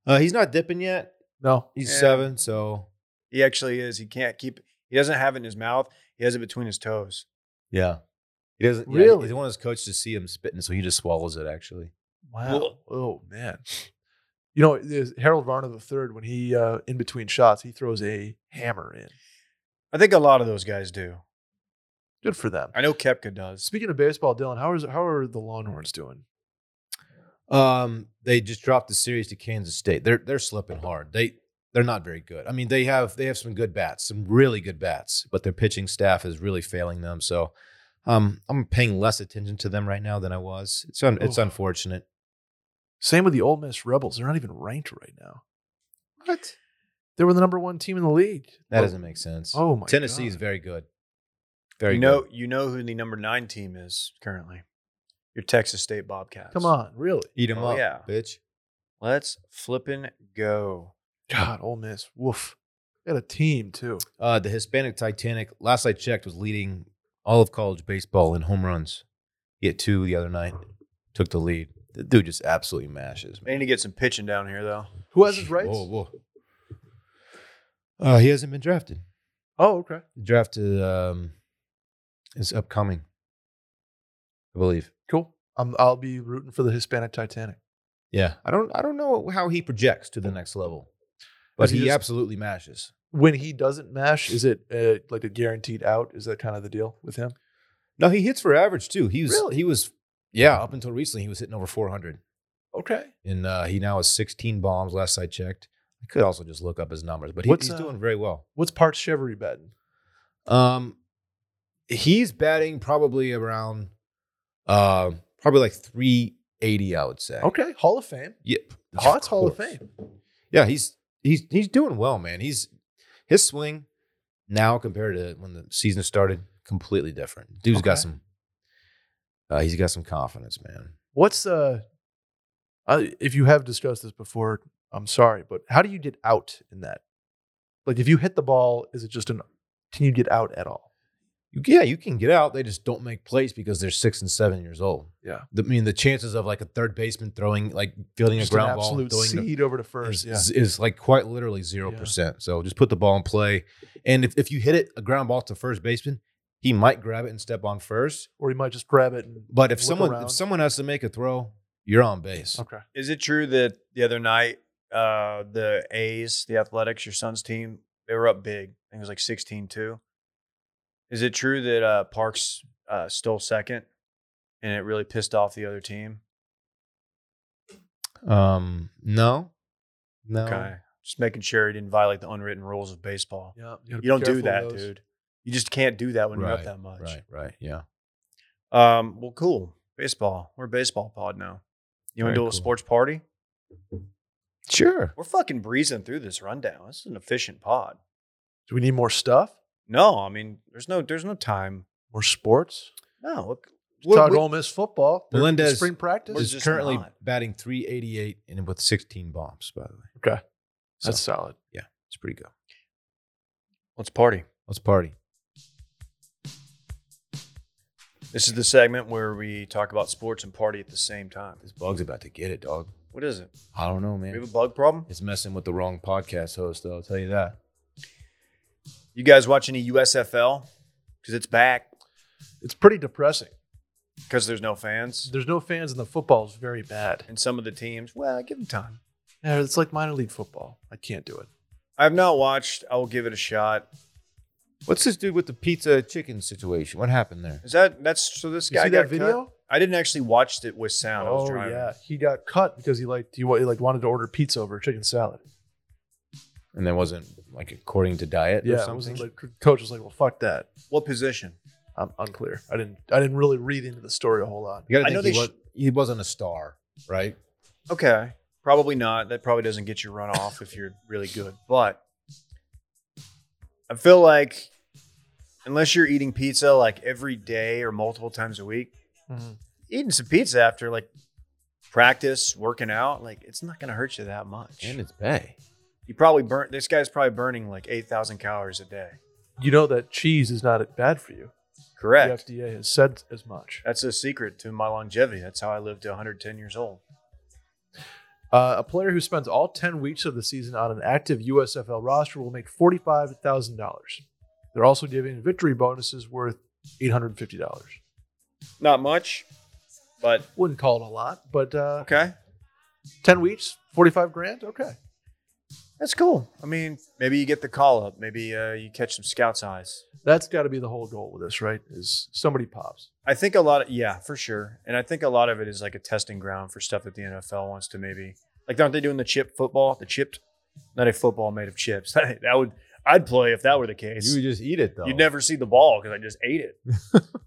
[SPEAKER 4] Uh, he's not dipping yet.
[SPEAKER 5] No.
[SPEAKER 4] He's
[SPEAKER 3] Yeah.
[SPEAKER 4] seven, so
[SPEAKER 3] He actually is. He can't keep. He doesn't have it in his mouth. He has it between his toes.
[SPEAKER 4] Yeah. He doesn't yeah,
[SPEAKER 5] Really?
[SPEAKER 4] he- he wants his coach to see him spitting, so he just swallows it. Actually,
[SPEAKER 5] Wow. Oh man. You know, there's Harold Varner III, when he uh in between shots, he throws a hammer in.
[SPEAKER 3] I think a lot of those guys do.
[SPEAKER 5] Good for them.
[SPEAKER 3] I know Kepka does.
[SPEAKER 5] Speaking of baseball, Dylan, how is how are the Longhorns doing?
[SPEAKER 4] um, they just dropped the series to Kansas State. They're they're slipping hard. They they're not very good. I mean, they have they have some good bats, some really good bats, but their pitching staff is really failing them. So, um, I'm paying less attention to them right now than I was. It's un- it's
[SPEAKER 5] Oh.
[SPEAKER 4] unfortunate.
[SPEAKER 5] Same with the Ole Miss Rebels. They're not even ranked right now. What? They were the number one team in the league.
[SPEAKER 4] That
[SPEAKER 5] Oh,
[SPEAKER 4] doesn't make sense.
[SPEAKER 5] Oh my
[SPEAKER 4] Tennessee
[SPEAKER 5] God.
[SPEAKER 4] is very good. Very
[SPEAKER 3] you know,
[SPEAKER 4] good.
[SPEAKER 3] you know who the number nine team is currently. Your Texas State Bobcats.
[SPEAKER 5] Come on, really?
[SPEAKER 4] Eat him
[SPEAKER 3] Oh,
[SPEAKER 4] up,
[SPEAKER 3] yeah.
[SPEAKER 4] bitch.
[SPEAKER 3] let's flippin' go.
[SPEAKER 5] God, Ole Miss. Woof. They had a team too.
[SPEAKER 4] Uh, the Hispanic Titanic, last I checked, was leading all of college baseball in home runs. He hit two the other night, took the lead. The dude just absolutely mashes.
[SPEAKER 3] They
[SPEAKER 4] Man.
[SPEAKER 3] need to get some pitching down here, though.
[SPEAKER 5] Who has his rights?
[SPEAKER 4] Whoa, whoa. Uh, he hasn't been drafted.
[SPEAKER 5] Oh, okay.
[SPEAKER 4] Drafted um, is upcoming, I believe.
[SPEAKER 5] Cool. I'm, I'll be rooting for the Hispanic Titanic.
[SPEAKER 4] Yeah, I don't, I don't know how he projects to the next level, but
[SPEAKER 5] Is he
[SPEAKER 4] he
[SPEAKER 5] just-
[SPEAKER 4] absolutely mashes.
[SPEAKER 5] When he doesn't mash, is it uh, like a guaranteed out? Is that kind of the deal with him?
[SPEAKER 4] No, he hits for average too. He was,
[SPEAKER 5] Really?
[SPEAKER 4] he was, yeah, up until recently, he was hitting over four hundred.
[SPEAKER 5] Okay.
[SPEAKER 4] and uh, he now has 16 bombs. Last I checked, I could also just look up his numbers, but he,
[SPEAKER 5] What's,
[SPEAKER 4] he's
[SPEAKER 5] uh,
[SPEAKER 4] doing very well.
[SPEAKER 5] What's Parts Chevrolet betting?
[SPEAKER 4] Um, he's batting probably around, uh, probably like 380, I would say.
[SPEAKER 5] Okay. Hall of Fame.
[SPEAKER 4] Yep.
[SPEAKER 5] Oh, that's Hall of
[SPEAKER 4] course.
[SPEAKER 5] Fame.
[SPEAKER 4] Yeah, he's he's he's doing well, man. He's his swing now compared to when the season started, completely different. Dude's got
[SPEAKER 5] Okay.
[SPEAKER 4] some. Uh, he's got some confidence, man.
[SPEAKER 5] What's uh, I, if you have discussed this before, I'm sorry, but how do you get out in that? Like, if you hit the ball, is it just an? Can you get out at all?
[SPEAKER 4] You, yeah, you can get out. They just don't make plays because they're six and seven years old.
[SPEAKER 5] Yeah.
[SPEAKER 4] The- I mean, the chances of like a third baseman throwing, like fielding
[SPEAKER 5] Just
[SPEAKER 4] a ground
[SPEAKER 5] an
[SPEAKER 4] ball, and
[SPEAKER 5] absolute
[SPEAKER 4] throwing the,
[SPEAKER 5] seed over to first.
[SPEAKER 4] is,
[SPEAKER 5] Yeah.
[SPEAKER 4] is, is, like quite literally zero percent. So just put the ball in play, and if, if you hit it a ground ball to first baseman, he might grab it and step on first.
[SPEAKER 5] Or you might just grab it. And
[SPEAKER 4] But if
[SPEAKER 5] Look
[SPEAKER 4] someone
[SPEAKER 5] around.
[SPEAKER 4] if someone has to make a throw, you're on base.
[SPEAKER 5] okay.
[SPEAKER 3] Is it true that the other night, uh, the A's, the Athletics, your son's team, they were up big? I think it was like 16 2. Is it true that uh, Parks uh, stole second, and it really pissed off the other team.
[SPEAKER 4] Um, no, no.
[SPEAKER 3] Okay, just making sure he didn't violate the unwritten rules of baseball.
[SPEAKER 5] Yeah,
[SPEAKER 3] You don't do that, dude. You just can't do that when you're up
[SPEAKER 4] Right,
[SPEAKER 3] that much.
[SPEAKER 4] Right, right, yeah.
[SPEAKER 3] Um, well, cool. Baseball. We're a baseball pod now. You want to do a
[SPEAKER 4] Very
[SPEAKER 3] little
[SPEAKER 4] cool.
[SPEAKER 3] sports party?
[SPEAKER 4] Sure.
[SPEAKER 3] We're fucking breezing through this rundown. This is an efficient pod.
[SPEAKER 5] Do we need more stuff?
[SPEAKER 3] No, I mean, there's no, there's no time.
[SPEAKER 5] More sports?
[SPEAKER 3] No, look,
[SPEAKER 5] Talk
[SPEAKER 3] we-
[SPEAKER 5] Ole Miss football. They're in
[SPEAKER 4] Melendez-
[SPEAKER 5] spring practice.
[SPEAKER 3] We're
[SPEAKER 4] Is
[SPEAKER 3] just
[SPEAKER 4] currently
[SPEAKER 3] not.
[SPEAKER 4] batting 388 and with 16 bombs. By the way,
[SPEAKER 5] Okay,
[SPEAKER 4] So,
[SPEAKER 5] that's solid.
[SPEAKER 4] it's pretty good.
[SPEAKER 3] let's party.
[SPEAKER 4] Let's party.
[SPEAKER 3] This is the segment where we talk about sports and party at the same time.
[SPEAKER 4] This bug's about to get it, dog.
[SPEAKER 3] What is it?
[SPEAKER 4] I don't know, man.
[SPEAKER 3] We have a bug problem.
[SPEAKER 4] It's messing with the wrong podcast host, though. I'll tell you that.
[SPEAKER 3] You guys watch any USFL? Because it's back.
[SPEAKER 5] It's pretty depressing.
[SPEAKER 3] Because there's no fans,
[SPEAKER 5] There's no fans, and the football is very bad.
[SPEAKER 3] and some of the teams. Well, give them time.
[SPEAKER 5] Yeah, it's like minor league football. I can't do it.
[SPEAKER 3] I've not watched. I will give it a shot.
[SPEAKER 4] What's this dude with the pizza chicken situation? What happened there?
[SPEAKER 3] Is that that's so? This
[SPEAKER 5] You
[SPEAKER 3] guy
[SPEAKER 5] see
[SPEAKER 3] got
[SPEAKER 5] that video?
[SPEAKER 3] cut? I didn't actually watch it with sound. I was
[SPEAKER 5] Oh
[SPEAKER 3] driving.
[SPEAKER 5] yeah, he got cut because he liked he, wa- he like wanted to order pizza over chicken salad.
[SPEAKER 4] And that wasn't like according to diet or
[SPEAKER 5] Yeah, it
[SPEAKER 4] something.
[SPEAKER 5] was like, coach was like, "Well, fuck that."
[SPEAKER 3] What position?
[SPEAKER 5] I'm unclear. I didn't I didn't really read into the story a whole lot.
[SPEAKER 4] you
[SPEAKER 3] I
[SPEAKER 4] gotta
[SPEAKER 3] know
[SPEAKER 4] think
[SPEAKER 3] they
[SPEAKER 4] he, was, he wasn't a star, right?
[SPEAKER 3] Okay, probably not. That probably doesn't get you run off if you're really good. But I feel like unless you're eating pizza like every day or multiple times a week,
[SPEAKER 5] Mm-hmm.
[SPEAKER 3] eating some pizza after like practice, working out, like it's not gonna hurt you that much.
[SPEAKER 4] And it's pay.
[SPEAKER 3] you probably burn. This guy's probably burning like eight thousand calories a day.
[SPEAKER 5] You know that cheese is not bad for you.
[SPEAKER 3] Correct.
[SPEAKER 5] The FDA has said as much.
[SPEAKER 3] That's a secret to my longevity. That's how I lived to 110 years old.
[SPEAKER 5] Uh, a player who spends all 10 weeks of the season on an active USFL roster will make $45,000. They're also giving victory bonuses worth $850.
[SPEAKER 3] Not much, but
[SPEAKER 5] Wouldn't call it a lot, but uh,
[SPEAKER 3] okay.
[SPEAKER 5] 10 weeks, 45 grand, okay.
[SPEAKER 3] That's cool. I mean, maybe you get the call up. Maybe uh, you catch some scouts' eyes.
[SPEAKER 5] That's got to be the whole goal with this, right? Is somebody pops.
[SPEAKER 3] I think a lot of, yeah, for sure. And I think a lot of it is like a testing ground for stuff that the NFL wants to maybe, like, aren't they doing the chip football? The chipped, not a football made of chips. [laughs] that would, I'd play if that were the case.
[SPEAKER 4] You would just eat it though.
[SPEAKER 3] You'd never see the ball because I just ate it.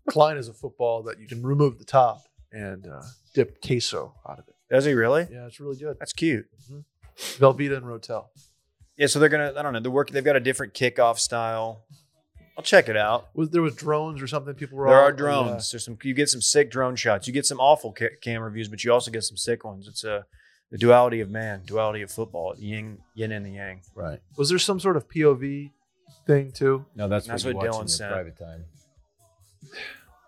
[SPEAKER 5] Klein is a football that you can remove the top and uh, dip queso out of it.
[SPEAKER 3] Does he really?
[SPEAKER 5] Yeah, it's really good.
[SPEAKER 3] That's cute.
[SPEAKER 5] Velveeta and Rotel.
[SPEAKER 3] Yeah, so they're gonna. I don't know. They're working. They've got a different kickoff style. I'll check it out.
[SPEAKER 5] Was there was drones or something? People were
[SPEAKER 3] There
[SPEAKER 5] all-
[SPEAKER 3] are drones. There's some. You get some sick drone shots. You get some awful ca- camera views, but you also get some sick ones. It's a the duality of man, duality of football, yin yin and the yang.
[SPEAKER 4] Right.
[SPEAKER 5] Yeah. Was there some sort of POV thing too?
[SPEAKER 4] No, that's,
[SPEAKER 3] That's
[SPEAKER 4] what,
[SPEAKER 3] what
[SPEAKER 4] you watch
[SPEAKER 3] Dylan
[SPEAKER 4] in your
[SPEAKER 3] said.
[SPEAKER 4] private time.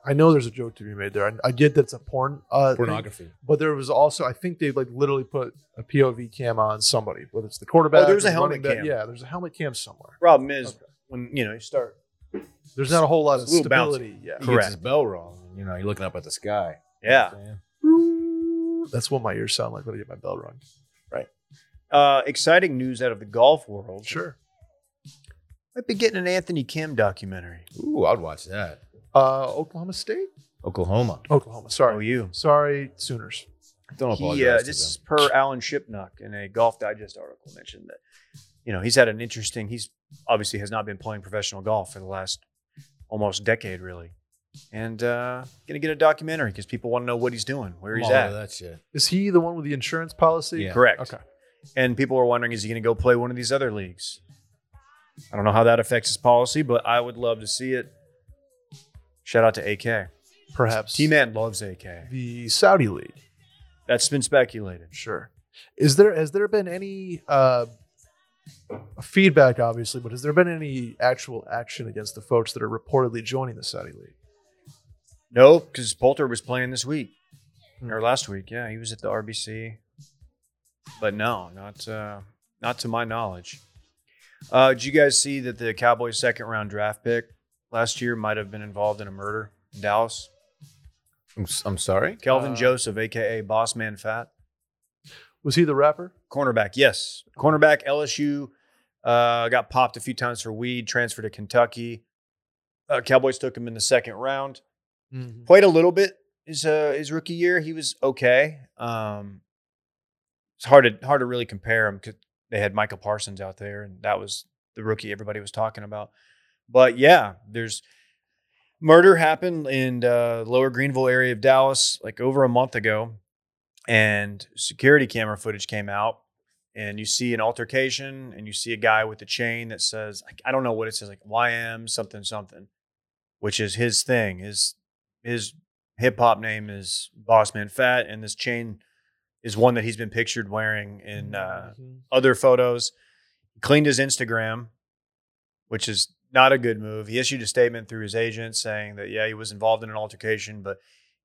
[SPEAKER 5] I know there's a joke to be made there. I, I get that's a porn uh, thing,
[SPEAKER 4] Pornography.
[SPEAKER 5] but there was also I think they like literally put a POV cam on somebody, whether it's the quarterback.
[SPEAKER 3] Oh, there was
[SPEAKER 5] or
[SPEAKER 3] a
[SPEAKER 5] the running
[SPEAKER 3] helmet
[SPEAKER 5] back.
[SPEAKER 3] cam.
[SPEAKER 5] Yeah, there's a helmet cam somewhere.
[SPEAKER 3] Problem is when you know you start.
[SPEAKER 5] There's not a whole lot of
[SPEAKER 3] It's a little bouncy.
[SPEAKER 5] stability. Yeah,
[SPEAKER 4] He
[SPEAKER 3] Correct.
[SPEAKER 4] gets his bell wrong. You know, you're looking up at the sky.
[SPEAKER 3] Yeah.
[SPEAKER 5] that's what my ears sound like when I get my bell rung.
[SPEAKER 3] Uh, exciting news out of the golf world.
[SPEAKER 5] Sure.
[SPEAKER 3] Might be getting an Anthony Kim documentary.
[SPEAKER 4] Ooh, I'd watch that.
[SPEAKER 5] Uh, Oklahoma State,
[SPEAKER 4] Oklahoma.
[SPEAKER 5] Oklahoma.
[SPEAKER 3] Oh,
[SPEAKER 5] Sorry,
[SPEAKER 3] you.
[SPEAKER 5] sorry, Sooners.
[SPEAKER 4] Don't apologize.
[SPEAKER 3] He, uh,
[SPEAKER 4] to
[SPEAKER 3] this
[SPEAKER 4] them.
[SPEAKER 3] is per Alan Shipnuck in a Golf Digest article mentioned that, you know, he's had an interesting, he's obviously has not been playing professional golf for the last almost decade, really. And uh, going to get a documentary because people want to know what he's doing, where
[SPEAKER 4] I'm
[SPEAKER 3] he's
[SPEAKER 4] all over
[SPEAKER 3] at.
[SPEAKER 4] that shit.
[SPEAKER 5] Is he the one with the insurance policy?
[SPEAKER 4] Yeah.
[SPEAKER 3] Correct.
[SPEAKER 5] Okay.
[SPEAKER 3] And people are wondering, is he going to go play one of these other leagues? I don't know how that affects his policy, but I would love to see it. Shout out to AK.
[SPEAKER 5] Perhaps
[SPEAKER 3] T Man loves AK.
[SPEAKER 5] the Saudi league.
[SPEAKER 3] That's been speculated.
[SPEAKER 5] Sure. Is there has there been any uh, feedback? Obviously, but has there been any actual action against the folks that are reportedly joining the Saudi League?
[SPEAKER 3] No, because Poulter was playing this week or last week. Yeah, he was at the RBC, but no, not uh, not to my knowledge. Uh, did you guys see that the Cowboys' second round draft pick last year might have been involved in a murder in Dallas?
[SPEAKER 4] I'm, s- I'm sorry.
[SPEAKER 3] Kelvin
[SPEAKER 5] Uh,
[SPEAKER 3] Joseph, aka Boss Man Fat,
[SPEAKER 5] Was he the rapper?
[SPEAKER 3] cornerback. Yes, cornerback. LSU uh, got popped a few times for weed. Transferred to Kentucky. Uh, Cowboys took him in the second round.
[SPEAKER 5] Mm-hmm.
[SPEAKER 3] played a little bit his uh, his rookie year. He was okay. Um, it's hard to hard to really compare him because they had Michael Parsons out there, and that was the rookie everybody was talking about. But yeah, there's murder happened in uh, Lower Greenville area of Dallas like over a month ago, and security camera footage came out. And you see an altercation, and you see a guy with a chain that says, I- I don't know what it says, like YM something something, which is his thing. His his hip hop name is Bossman Fat, and this chain is one that he's been pictured wearing in uh, other photos. He cleaned his Instagram, which is not a good move. He issued a statement through his agent saying that yeah, he was involved in an altercation, but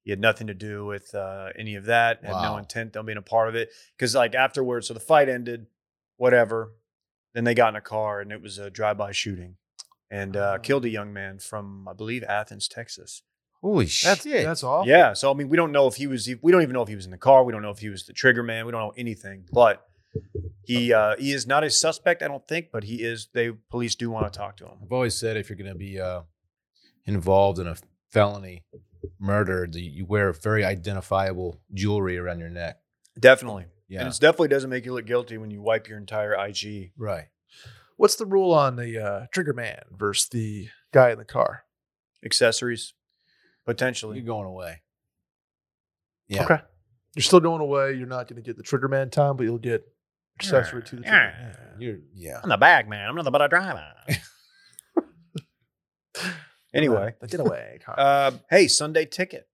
[SPEAKER 3] he had nothing to do with uh, any of that. Had no
[SPEAKER 4] Wow.
[SPEAKER 3] intent on being a part of it. Because like afterwards, so the fight ended, whatever. Then they got in a car, and it was a drive-by shooting, and uh,
[SPEAKER 5] Oh.
[SPEAKER 3] killed a young man from I believe Athens, Texas.
[SPEAKER 4] Holy
[SPEAKER 5] That's
[SPEAKER 4] shit!
[SPEAKER 5] that's awful.
[SPEAKER 3] Yeah. So I mean, we don't know if he was. e, We don't even know if he was in the car. We don't know if he was the trigger man. We don't know anything. But he uh, he is not a suspect, I don't think. But he is. They police do want to talk to him.
[SPEAKER 4] I've always said if you're going to be uh, involved in a felony murder, that you wear very identifiable jewelry around your neck.
[SPEAKER 3] Definitely.
[SPEAKER 4] Yeah,
[SPEAKER 3] And it definitely doesn't make you look guilty when you wipe your entire IG.
[SPEAKER 4] right.
[SPEAKER 5] What's the rule on the uh, trigger man versus the guy in the car?
[SPEAKER 3] Accessories,
[SPEAKER 4] You're
[SPEAKER 3] potentially.
[SPEAKER 4] going away. Yeah.
[SPEAKER 5] Okay. You're still going away. You're not going to get the trigger man time, but you'll get accessory to the trigger man.
[SPEAKER 4] You're yeah.
[SPEAKER 3] I'm the bag man. I'm not the butter driver. anyway, [laughs]
[SPEAKER 5] the getaway. car.
[SPEAKER 3] uh, hey, Sunday Ticket,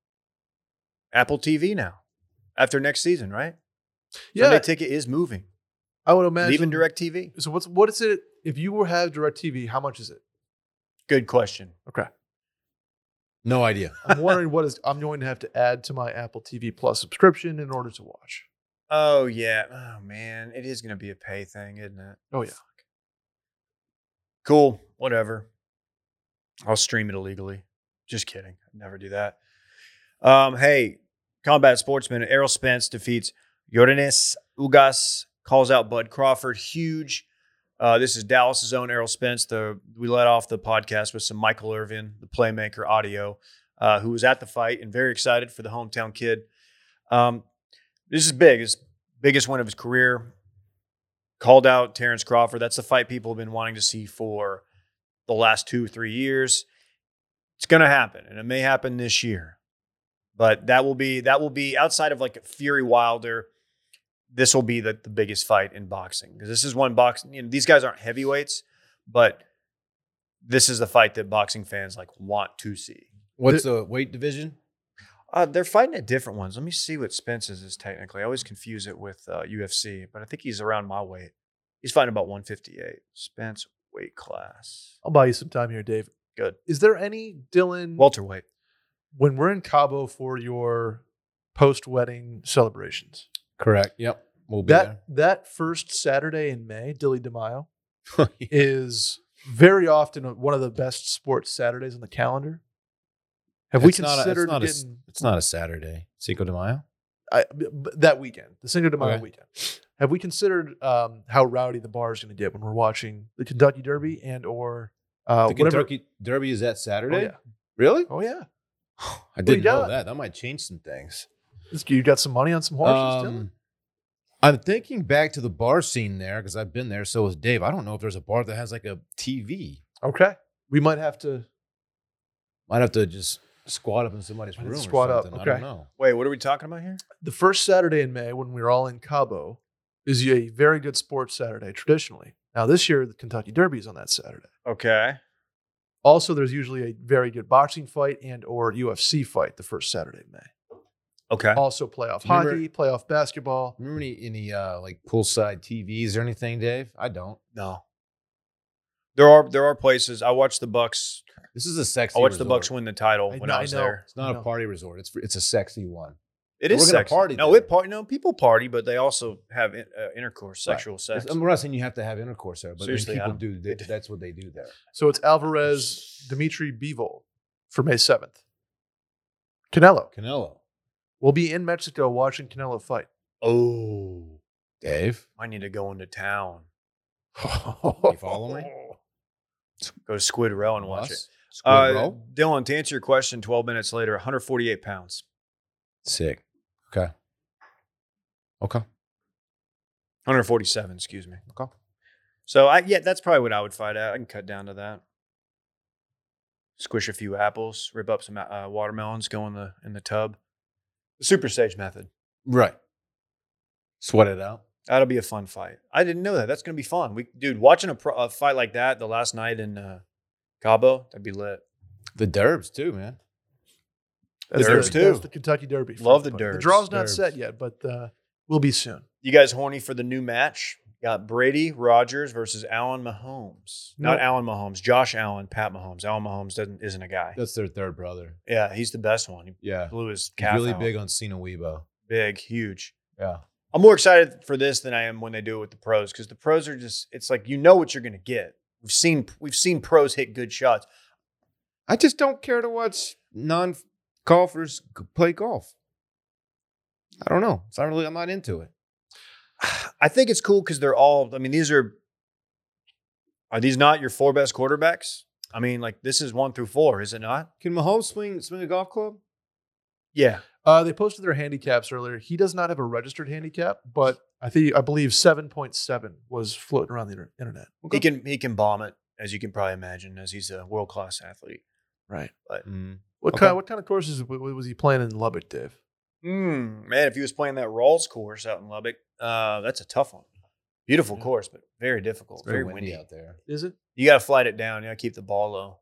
[SPEAKER 3] Apple TV now. After next season, right?
[SPEAKER 5] yeah,
[SPEAKER 3] Sunday Ticket is moving,
[SPEAKER 5] I would imagine.
[SPEAKER 3] leaving DirecTV.
[SPEAKER 5] So what's what is it? If you were have Directv, how much is it?
[SPEAKER 3] Good question.
[SPEAKER 5] Okay,
[SPEAKER 4] No idea.
[SPEAKER 5] I'm [laughs] wondering what is I'm going to have to add to my Apple TV Plus subscription in order to watch.
[SPEAKER 3] Oh yeah. Oh man, it is gonna be a pay thing, isn't it?
[SPEAKER 5] Oh yeah,
[SPEAKER 3] Cool. Whatever. I'll stream it illegally. Just kidding. I'd never do that. Um, hey, combat sportsman Errol Spence defeats Yorenes Ugas, calls out Bud Crawford. Huge. Uh, this is Dallas' own Errol Spence. The we let off the podcast with some Michael Irvin, the playmaker audio, uh, who was at the fight and very excited for the hometown kid. Um, this is big. His biggest win of his career called out Terrence Crawford. That's the fight people have been wanting to see for the last two, three years. It's going to happen, and it may happen this year. But that will be that will be outside of like Fury Wilder. This will be the, the biggest fight in boxing because this is one boxing. You know, these guys aren't heavyweights, but this is the fight that boxing fans like want to see.
[SPEAKER 4] What's the weight division?
[SPEAKER 3] Uh, they're fighting at different ones. Let me see what Spence's is technically. I always confuse it with uh, UFC, but I think he's around my weight. He's fighting about 158. Spence weight class.
[SPEAKER 5] I'll buy you some time here, Dave.
[SPEAKER 3] Good.
[SPEAKER 5] Is there any Dylan?
[SPEAKER 3] Welterweight.
[SPEAKER 5] when we're in Cabo for your post wedding celebrations,
[SPEAKER 4] Correct. Yep. We'll be
[SPEAKER 5] that that first Saturday in May, Dilly de Mayo
[SPEAKER 4] there.
[SPEAKER 5] is very often one of the best sports Saturdays on the calendar. [laughs]
[SPEAKER 4] [laughs]
[SPEAKER 5] Have we
[SPEAKER 4] It's not a- it's
[SPEAKER 5] considered
[SPEAKER 4] not a s-
[SPEAKER 5] getting
[SPEAKER 4] it's not a Saturday. Cinco de Mayo.
[SPEAKER 5] I- b- b- that weekend, the Cinco de Mayo
[SPEAKER 4] Okay.
[SPEAKER 5] weekend? Have we considered um, how rowdy the bar is going to get when we're watching the Kentucky Derby and or uh,
[SPEAKER 4] the
[SPEAKER 5] whatever? Oh,
[SPEAKER 4] Kentucky Derby is that Saturday.
[SPEAKER 5] yeah.
[SPEAKER 4] Really?
[SPEAKER 5] [sighs] Oh yeah,
[SPEAKER 4] I didn't know
[SPEAKER 5] got?
[SPEAKER 4] that. That might change some things.
[SPEAKER 5] This- you got some money on some horses.
[SPEAKER 4] Um,
[SPEAKER 5] Dylan?
[SPEAKER 4] I'm thinking back to the bar scene there because I've been there. So is Dave. I don't know if there's a bar that has like a TV.
[SPEAKER 5] Okay, we might have to.
[SPEAKER 4] Might have to just squat up in somebody's
[SPEAKER 5] Might have
[SPEAKER 4] room.
[SPEAKER 5] to
[SPEAKER 4] or
[SPEAKER 5] squat up,
[SPEAKER 4] something. I
[SPEAKER 5] okay.
[SPEAKER 4] don't know.
[SPEAKER 3] Wait, what are we talking about here?
[SPEAKER 5] the first Saturday in May when we were all in Cabo is a very good sports Saturday traditionally. Now this year the Kentucky Derby is on that Saturday.
[SPEAKER 3] Okay.
[SPEAKER 5] Also, there's usually a very good boxing fight and or UFC fight the first Saturday in May.
[SPEAKER 3] Okay.
[SPEAKER 5] Also, playoff
[SPEAKER 4] Do you remember-
[SPEAKER 5] hockey, playoff basketball.
[SPEAKER 4] Remember any any uh, like poolside TVs or anything, Dave? I don't.
[SPEAKER 3] No. There are there are places. I watched the Bucks.
[SPEAKER 4] This is a sexy.
[SPEAKER 3] I watched the
[SPEAKER 4] resort.
[SPEAKER 3] Bucks win the title
[SPEAKER 5] I
[SPEAKER 3] when
[SPEAKER 5] know-
[SPEAKER 3] I
[SPEAKER 5] I
[SPEAKER 3] was
[SPEAKER 5] know.
[SPEAKER 3] there.
[SPEAKER 4] It's not
[SPEAKER 5] No.
[SPEAKER 4] a party resort. It's it's a sexy one.
[SPEAKER 3] It
[SPEAKER 4] We're
[SPEAKER 3] is
[SPEAKER 4] gonna
[SPEAKER 3] sexy.
[SPEAKER 4] party
[SPEAKER 3] No,
[SPEAKER 4] there.
[SPEAKER 3] it party. No, people party, but they also have in, uh, intercourse,
[SPEAKER 4] Right.
[SPEAKER 3] sexual sex.
[SPEAKER 4] It's- I'm not saying you have to have intercourse there, but
[SPEAKER 3] Seriously,
[SPEAKER 4] Seriously, people
[SPEAKER 3] Adam.
[SPEAKER 4] do. They, that's what they do there.
[SPEAKER 5] So it's Alvarez, Dimitri Bivol for May 7th. Canelo.
[SPEAKER 4] Canelo,
[SPEAKER 5] We'll be in Mexico watching Canelo fight.
[SPEAKER 3] oh,
[SPEAKER 4] Dave,
[SPEAKER 3] I need to go into town.
[SPEAKER 4] you follow me?
[SPEAKER 3] Go to Squid Row and watch it.
[SPEAKER 4] Us? Squid
[SPEAKER 3] Uh,
[SPEAKER 4] roll?
[SPEAKER 3] Dylan, to answer your question, 12 minutes later, 148 pounds.
[SPEAKER 4] Sick. Okay. Okay.
[SPEAKER 3] 147, excuse me.
[SPEAKER 4] Okay.
[SPEAKER 3] So I yeah, that's probably what I would fight at. I can cut down to that. Squish a few apples, rip up some uh, watermelons, go in the in the tub. The super sage method.
[SPEAKER 4] Right. Sweat it out.
[SPEAKER 3] That'll be a fun fight. I didn't know that. That's gonna be fun. We dude, watching a, pro, a fight like that the last night in uh, Cabo, that'd be lit.
[SPEAKER 4] The derbs too, man.
[SPEAKER 5] [laughs] That's
[SPEAKER 3] Derbs,
[SPEAKER 5] the,
[SPEAKER 3] too.
[SPEAKER 5] That's the Kentucky Derby.
[SPEAKER 3] Love the
[SPEAKER 5] Derby.
[SPEAKER 3] Derbs.
[SPEAKER 5] The draw's not
[SPEAKER 4] Derbs.
[SPEAKER 5] set yet, but uh, will be soon.
[SPEAKER 3] You guys horny for the new match? Got Brady Rogers versus Allen Mahomes. Not
[SPEAKER 5] Nope.
[SPEAKER 3] Allen Mahomes. Josh Allen, Pat Mahomes. Allen Mahomes doesn't isn't a guy.
[SPEAKER 4] That's their third brother.
[SPEAKER 3] Yeah, he's the best one. He
[SPEAKER 4] Yeah.
[SPEAKER 3] blew his
[SPEAKER 4] He's
[SPEAKER 3] calf
[SPEAKER 4] really
[SPEAKER 3] out.
[SPEAKER 4] big on Cena Weibo.
[SPEAKER 3] big, huge.
[SPEAKER 4] Yeah.
[SPEAKER 3] I'm more excited for this than I am when they do it with the pros because the pros are just it's like you know what you're gonna get. We've seen we've seen pros hit good shots. [sighs]
[SPEAKER 4] I just don't care to watch non golfers play golf. I don't know. It's not really. I'm not into it.
[SPEAKER 3] I think it's cool because they're all I mean, these are are these not your four best quarterbacks? I mean, like this is one through four, is it not?
[SPEAKER 4] Can Mahomes swing swing a golf club?
[SPEAKER 3] Yeah.
[SPEAKER 5] Uh, they posted their handicaps earlier. He does not have a registered handicap, but I think I believe seven point seven was floating around the inter- internet.
[SPEAKER 3] He can he can bomb it, as you can probably imagine, as he's a world class athlete.
[SPEAKER 5] Right.
[SPEAKER 4] Mm.
[SPEAKER 5] What
[SPEAKER 4] Okay.
[SPEAKER 5] kind? What kind of courses w- w- was he playing in Lubbock, Dave?
[SPEAKER 3] Mm, man, if he was playing that Rawls course out in Lubbock, uh, that's a tough one. Beautiful course, but very difficult. very windy.
[SPEAKER 4] out there.
[SPEAKER 5] Is it?
[SPEAKER 3] You gotta flight it down, you gotta keep the ball low.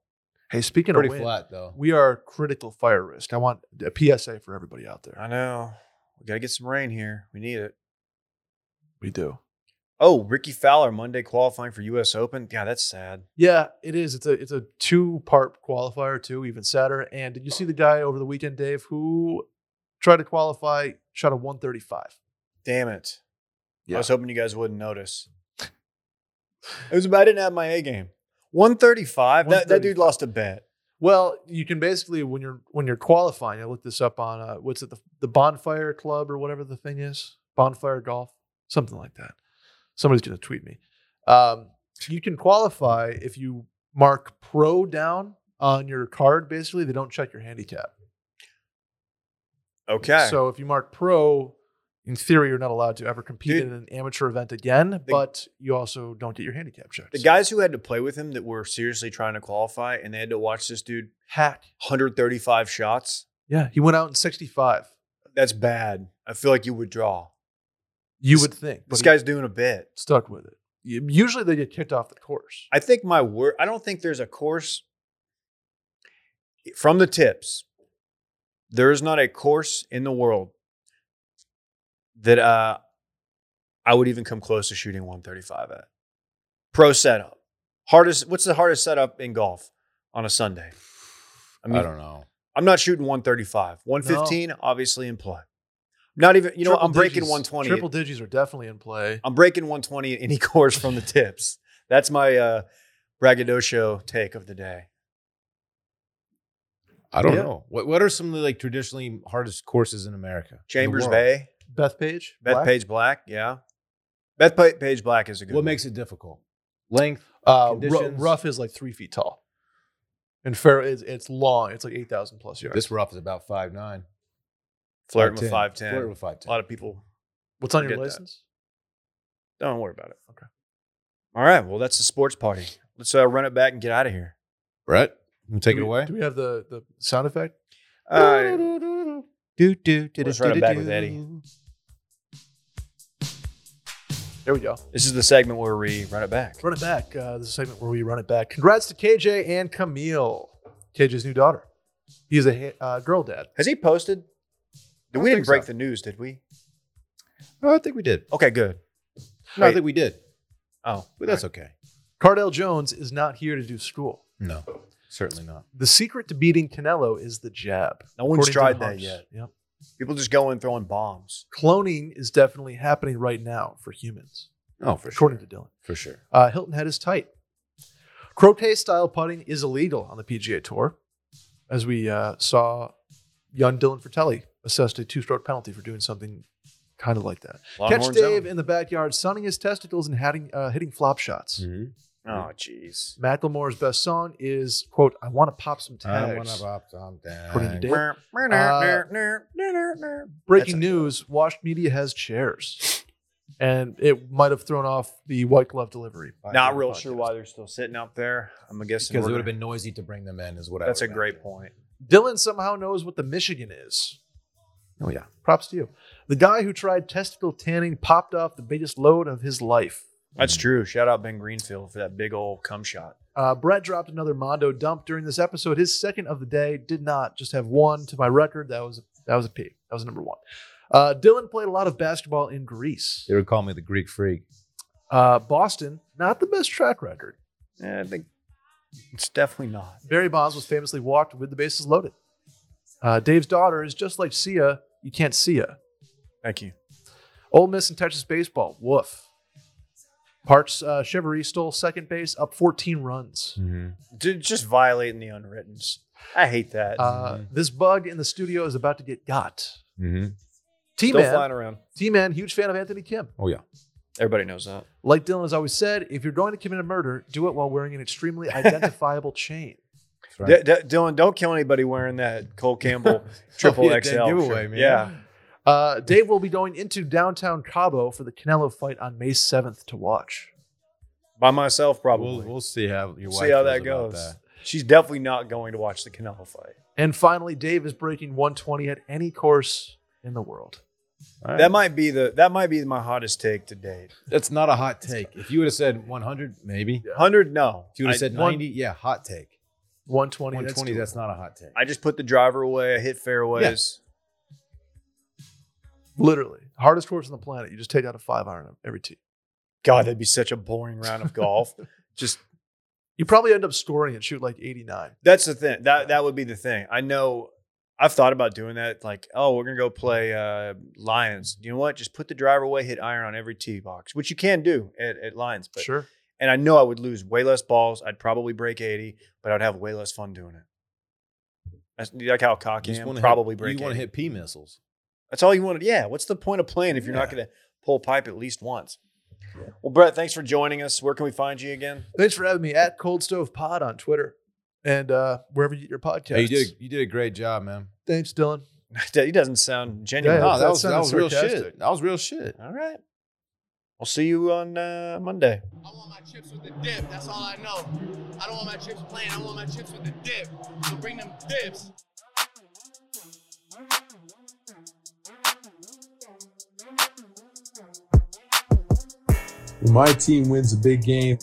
[SPEAKER 5] Hey, speaking
[SPEAKER 4] Pretty
[SPEAKER 5] of wind,
[SPEAKER 4] flat though.
[SPEAKER 5] we are critical fire risk. I want a PSA for everybody out there.
[SPEAKER 3] I know. We got to get some rain here. We need it.
[SPEAKER 5] We do.
[SPEAKER 3] Oh, Ricky Fowler Monday qualifying for U.S. Open. Yeah, that's sad.
[SPEAKER 5] Yeah, it is. It's a it's a two part qualifier too, even sadder. And did you see the guy over the weekend, Dave, who tried to qualify, shot a one thirty five.
[SPEAKER 3] Damn it. I
[SPEAKER 5] Yeah.
[SPEAKER 3] was hoping you guys wouldn't notice. It was. I didn't have my A game. One thirty-five. That that dude
[SPEAKER 5] 135.
[SPEAKER 3] lost a bet.
[SPEAKER 5] Well, you can basically when you're when you're qualifying, I looked this up on uh, what's it the, the Bonfire Club or whatever the thing is, Bonfire Golf, something like that. Somebody's gonna tweet me. Um, you can qualify if you mark pro down on your card. Basically, they don't check your handicap.
[SPEAKER 3] Okay. So
[SPEAKER 5] So if you mark pro, in theory, you're not allowed to ever compete
[SPEAKER 3] Dude.
[SPEAKER 5] in an amateur event again, but you also don't get your handicap checked.
[SPEAKER 3] the guys who had to play with him that were seriously trying to qualify, and they had to watch this dude
[SPEAKER 5] hack.
[SPEAKER 3] hundred thirty-five shots.
[SPEAKER 5] Yeah, he went out in 65.
[SPEAKER 3] That's bad. I feel like you would draw.
[SPEAKER 5] You
[SPEAKER 3] This-
[SPEAKER 5] would think, but
[SPEAKER 3] This
[SPEAKER 5] he
[SPEAKER 3] guy's doing a bit.
[SPEAKER 5] stuck with it. U- Usually they get kicked off the course.
[SPEAKER 3] I think my word, I don't think there's a course from the tips. There is not a course in the world that uh, I would even come close to shooting 135 at. Pro setup. Hardest, what's the hardest setup in golf on a Sunday? I
[SPEAKER 4] I,
[SPEAKER 3] mean,
[SPEAKER 4] don't know.
[SPEAKER 3] I'm not shooting 135. 115, obviously in play. Not even, you know, what?
[SPEAKER 5] Triple
[SPEAKER 3] I'm breaking
[SPEAKER 5] digis-
[SPEAKER 3] 120.
[SPEAKER 5] Triple digits are definitely in play.
[SPEAKER 3] I'm breaking 120 at [laughs] any course from the tips. That's my uh, braggadocio take of the day.
[SPEAKER 4] I don't
[SPEAKER 5] Yeah.
[SPEAKER 4] know. What What are some of the like traditionally hardest courses in America? in the
[SPEAKER 3] Chambers
[SPEAKER 4] world?
[SPEAKER 3] Bay,
[SPEAKER 5] Beth Page.
[SPEAKER 3] Beth
[SPEAKER 5] Black?
[SPEAKER 3] Page Black, yeah. Beth Pa- Page Black is a good.
[SPEAKER 4] What makes it difficult? Length.
[SPEAKER 5] Uh, ru-
[SPEAKER 4] Conditions.
[SPEAKER 5] rough is like three feet tall. And fair is it's long. It's like 8,000 plus yards.
[SPEAKER 4] This rough is about five nine.
[SPEAKER 3] flirting with five ten?
[SPEAKER 4] Flirting with five
[SPEAKER 3] A
[SPEAKER 4] ten.
[SPEAKER 3] lot of people
[SPEAKER 5] What's on
[SPEAKER 3] I
[SPEAKER 5] your
[SPEAKER 3] get that.
[SPEAKER 5] license?
[SPEAKER 3] don't worry about it. Okay. All right. Well, that's the sports party. Let's uh, run it back and get out of here.
[SPEAKER 4] Brett, you take
[SPEAKER 5] Do
[SPEAKER 4] it
[SPEAKER 5] we-
[SPEAKER 4] away.
[SPEAKER 5] Do we have the, the sound effect?
[SPEAKER 4] [laughs]
[SPEAKER 3] Uh,
[SPEAKER 4] Do do do.
[SPEAKER 3] Let's run it back with Eddie.
[SPEAKER 5] There we go.
[SPEAKER 3] this is the segment where we run it back.
[SPEAKER 5] Run it back. Uh, this is a segment where we run it back. Congrats to KJ and Camille, KJ's new daughter. He's a ha- uh, girl dad.
[SPEAKER 3] Has he posted?
[SPEAKER 4] don't
[SPEAKER 3] We didn't
[SPEAKER 4] think
[SPEAKER 3] break
[SPEAKER 4] so.
[SPEAKER 3] the news, did we?
[SPEAKER 4] Oh, I think we did.
[SPEAKER 3] Okay, good.
[SPEAKER 4] No, I
[SPEAKER 3] Wait.
[SPEAKER 4] think we did.
[SPEAKER 3] Oh,
[SPEAKER 4] But that's okay.
[SPEAKER 5] Cardell Jones is not here to do school.
[SPEAKER 4] No, certainly not.
[SPEAKER 5] The secret to beating Canelo is the jab.
[SPEAKER 3] No one's
[SPEAKER 5] according to
[SPEAKER 3] tried
[SPEAKER 5] the
[SPEAKER 3] that
[SPEAKER 5] Humps.
[SPEAKER 3] yet.
[SPEAKER 5] Yep.
[SPEAKER 3] people just go in throwing bombs.
[SPEAKER 5] Cloning is definitely happening right now for humans,
[SPEAKER 4] Oh, for sure.
[SPEAKER 5] according to Dylan.
[SPEAKER 4] For sure.
[SPEAKER 5] Uh, Hilton head is tight. Croquet style putting is illegal on the PGA Tour, as we uh, saw young Dylan Fratelli assessed a two stroke penalty for doing something kind of like that. Catch
[SPEAKER 3] Longhorn
[SPEAKER 5] Dave
[SPEAKER 3] zone.
[SPEAKER 4] Mm. Mm-hmm.
[SPEAKER 5] in the backyard, sunning his testicles and hatting, uh, hitting flop shots.
[SPEAKER 3] Oh, jeez.
[SPEAKER 5] Macklemore's best song is quote, "I want to pop some
[SPEAKER 4] Ah,
[SPEAKER 5] tags."
[SPEAKER 4] pop some down.
[SPEAKER 5] Pretty dick.
[SPEAKER 3] Uh, Breaking
[SPEAKER 5] Breaking
[SPEAKER 3] That's
[SPEAKER 5] news: Washed Media has chairs, and it might have thrown off the white glove delivery.
[SPEAKER 3] Not real sure why they're still sitting out there. I'm guessing
[SPEAKER 4] Because it
[SPEAKER 3] we're
[SPEAKER 4] would have
[SPEAKER 3] gonna-
[SPEAKER 4] been noisy to bring them in, is what I.
[SPEAKER 3] That's a
[SPEAKER 4] remember.
[SPEAKER 3] great point.
[SPEAKER 5] Dylan somehow knows what the Michigan is. Oh yeah, props to you. The guy who tried testicle tanning popped off the biggest load of his life.
[SPEAKER 3] That's true. Shout out Ben Greenfield for that big old cum shot.
[SPEAKER 5] Uh, Brett dropped another Mondo dump during this episode. His second of the day did not just have one to my record. That was that was a P. That was number one. Uh, Dylan played a lot of basketball in Greece.
[SPEAKER 4] They would call me the Greek freak.
[SPEAKER 5] Uh, Boston, not the best track record.
[SPEAKER 3] Yeah, I think it's definitely not.
[SPEAKER 5] Barry Bonds was famously walked with the bases loaded. Uh, Dave's daughter is just like Sia. You can't see her.
[SPEAKER 3] Thank you.
[SPEAKER 5] Ole Miss and Texas baseball. Woof. Parks uh, Chevrolet stole second base, up 14 runs.
[SPEAKER 4] Mm-hmm.
[SPEAKER 3] Dude, just violating the unwrittens. I hate that.
[SPEAKER 5] Uh,
[SPEAKER 3] Mm-hmm.
[SPEAKER 5] This bug in the studio is about to get got.
[SPEAKER 4] Mm-hmm.
[SPEAKER 5] T
[SPEAKER 3] Still
[SPEAKER 5] Man,
[SPEAKER 3] flying around.
[SPEAKER 5] T Man, huge fan of Anthony Kim.
[SPEAKER 4] Oh yeah.
[SPEAKER 3] Everybody knows that.
[SPEAKER 5] Like Dylan has always said, if you're going to commit a murder, do it while wearing
[SPEAKER 3] [laughs]
[SPEAKER 5] an extremely identifiable chain.
[SPEAKER 4] That's right.
[SPEAKER 3] D- D- Dylan, don't kill anybody wearing that
[SPEAKER 4] [laughs]
[SPEAKER 3] Cole Campbell triple
[SPEAKER 4] That'd be a
[SPEAKER 3] XL.
[SPEAKER 4] dead giveaway,
[SPEAKER 3] shirt.
[SPEAKER 4] man.
[SPEAKER 3] Yeah.
[SPEAKER 5] Uh, Dave will be going into downtown Cabo for the Canelo fight on May 7th to watch.
[SPEAKER 3] By myself, probably.
[SPEAKER 4] We'll, we'll see how your wife
[SPEAKER 3] See how
[SPEAKER 4] feels
[SPEAKER 3] that
[SPEAKER 4] about
[SPEAKER 3] goes.
[SPEAKER 4] that.
[SPEAKER 3] She's definitely not going to watch the Canelo fight.
[SPEAKER 5] And finally, Dave is breaking 120 at any course in the world.
[SPEAKER 4] All right.
[SPEAKER 3] That might be the that might be my hottest take to date.
[SPEAKER 4] That's not a hot take. If you would have said 100, maybe.
[SPEAKER 3] Hundred, no.
[SPEAKER 4] If you would
[SPEAKER 3] I-
[SPEAKER 4] have said 90, yeah, hot take.
[SPEAKER 5] 120.
[SPEAKER 4] 120, that's,
[SPEAKER 5] doable.
[SPEAKER 4] not a hot take.
[SPEAKER 3] I just put the driver away. I hit fairways.
[SPEAKER 5] literally hardest course on the planet. You just take out a five iron every tee.
[SPEAKER 3] God, that'd be such a boring round of
[SPEAKER 4] [laughs]
[SPEAKER 3] golf. just
[SPEAKER 5] You probably end up scoring and shoot like 89.
[SPEAKER 3] that's the thing. That that would be the thing. I know. I've thought about doing that. Like, oh, we're gonna go play uh, Lions. You know what? Just put the driver away, hit iron on every tee box, which you can do at, at Lions. But
[SPEAKER 5] sure.
[SPEAKER 3] and I know I would lose way less balls. I'd probably break eighty, but I'd have way less fun doing it. That's like how cocky I am.
[SPEAKER 4] wanna
[SPEAKER 3] Probably
[SPEAKER 4] hit,
[SPEAKER 3] break.
[SPEAKER 4] You
[SPEAKER 3] 80.
[SPEAKER 4] want to hit P missiles.
[SPEAKER 3] That's all you wanted. Yeah. What's the point of playing if you're not going to pull pipe at least once? Well, Brett, thanks for joining us. Where can we find you again? [laughs]
[SPEAKER 5] Thanks for having me at Cold Stove Pod on Twitter and uh, wherever you get your podcast.
[SPEAKER 4] Hey, you did you did a great job, man.
[SPEAKER 5] Thanks, Dylan.
[SPEAKER 3] he doesn't sound genuine.
[SPEAKER 5] Yeah,
[SPEAKER 4] no, Oh,
[SPEAKER 5] that
[SPEAKER 4] that was that
[SPEAKER 5] sounded
[SPEAKER 4] was real
[SPEAKER 5] sarcastic.
[SPEAKER 4] shit. That was real shit.
[SPEAKER 3] All right. I'll see you on uh, Monday.
[SPEAKER 2] I want my chips with the dip. That's all I know. I don't want my chips plain. I want my chips with the dip. So bring them dips.
[SPEAKER 7] When my team wins a big game,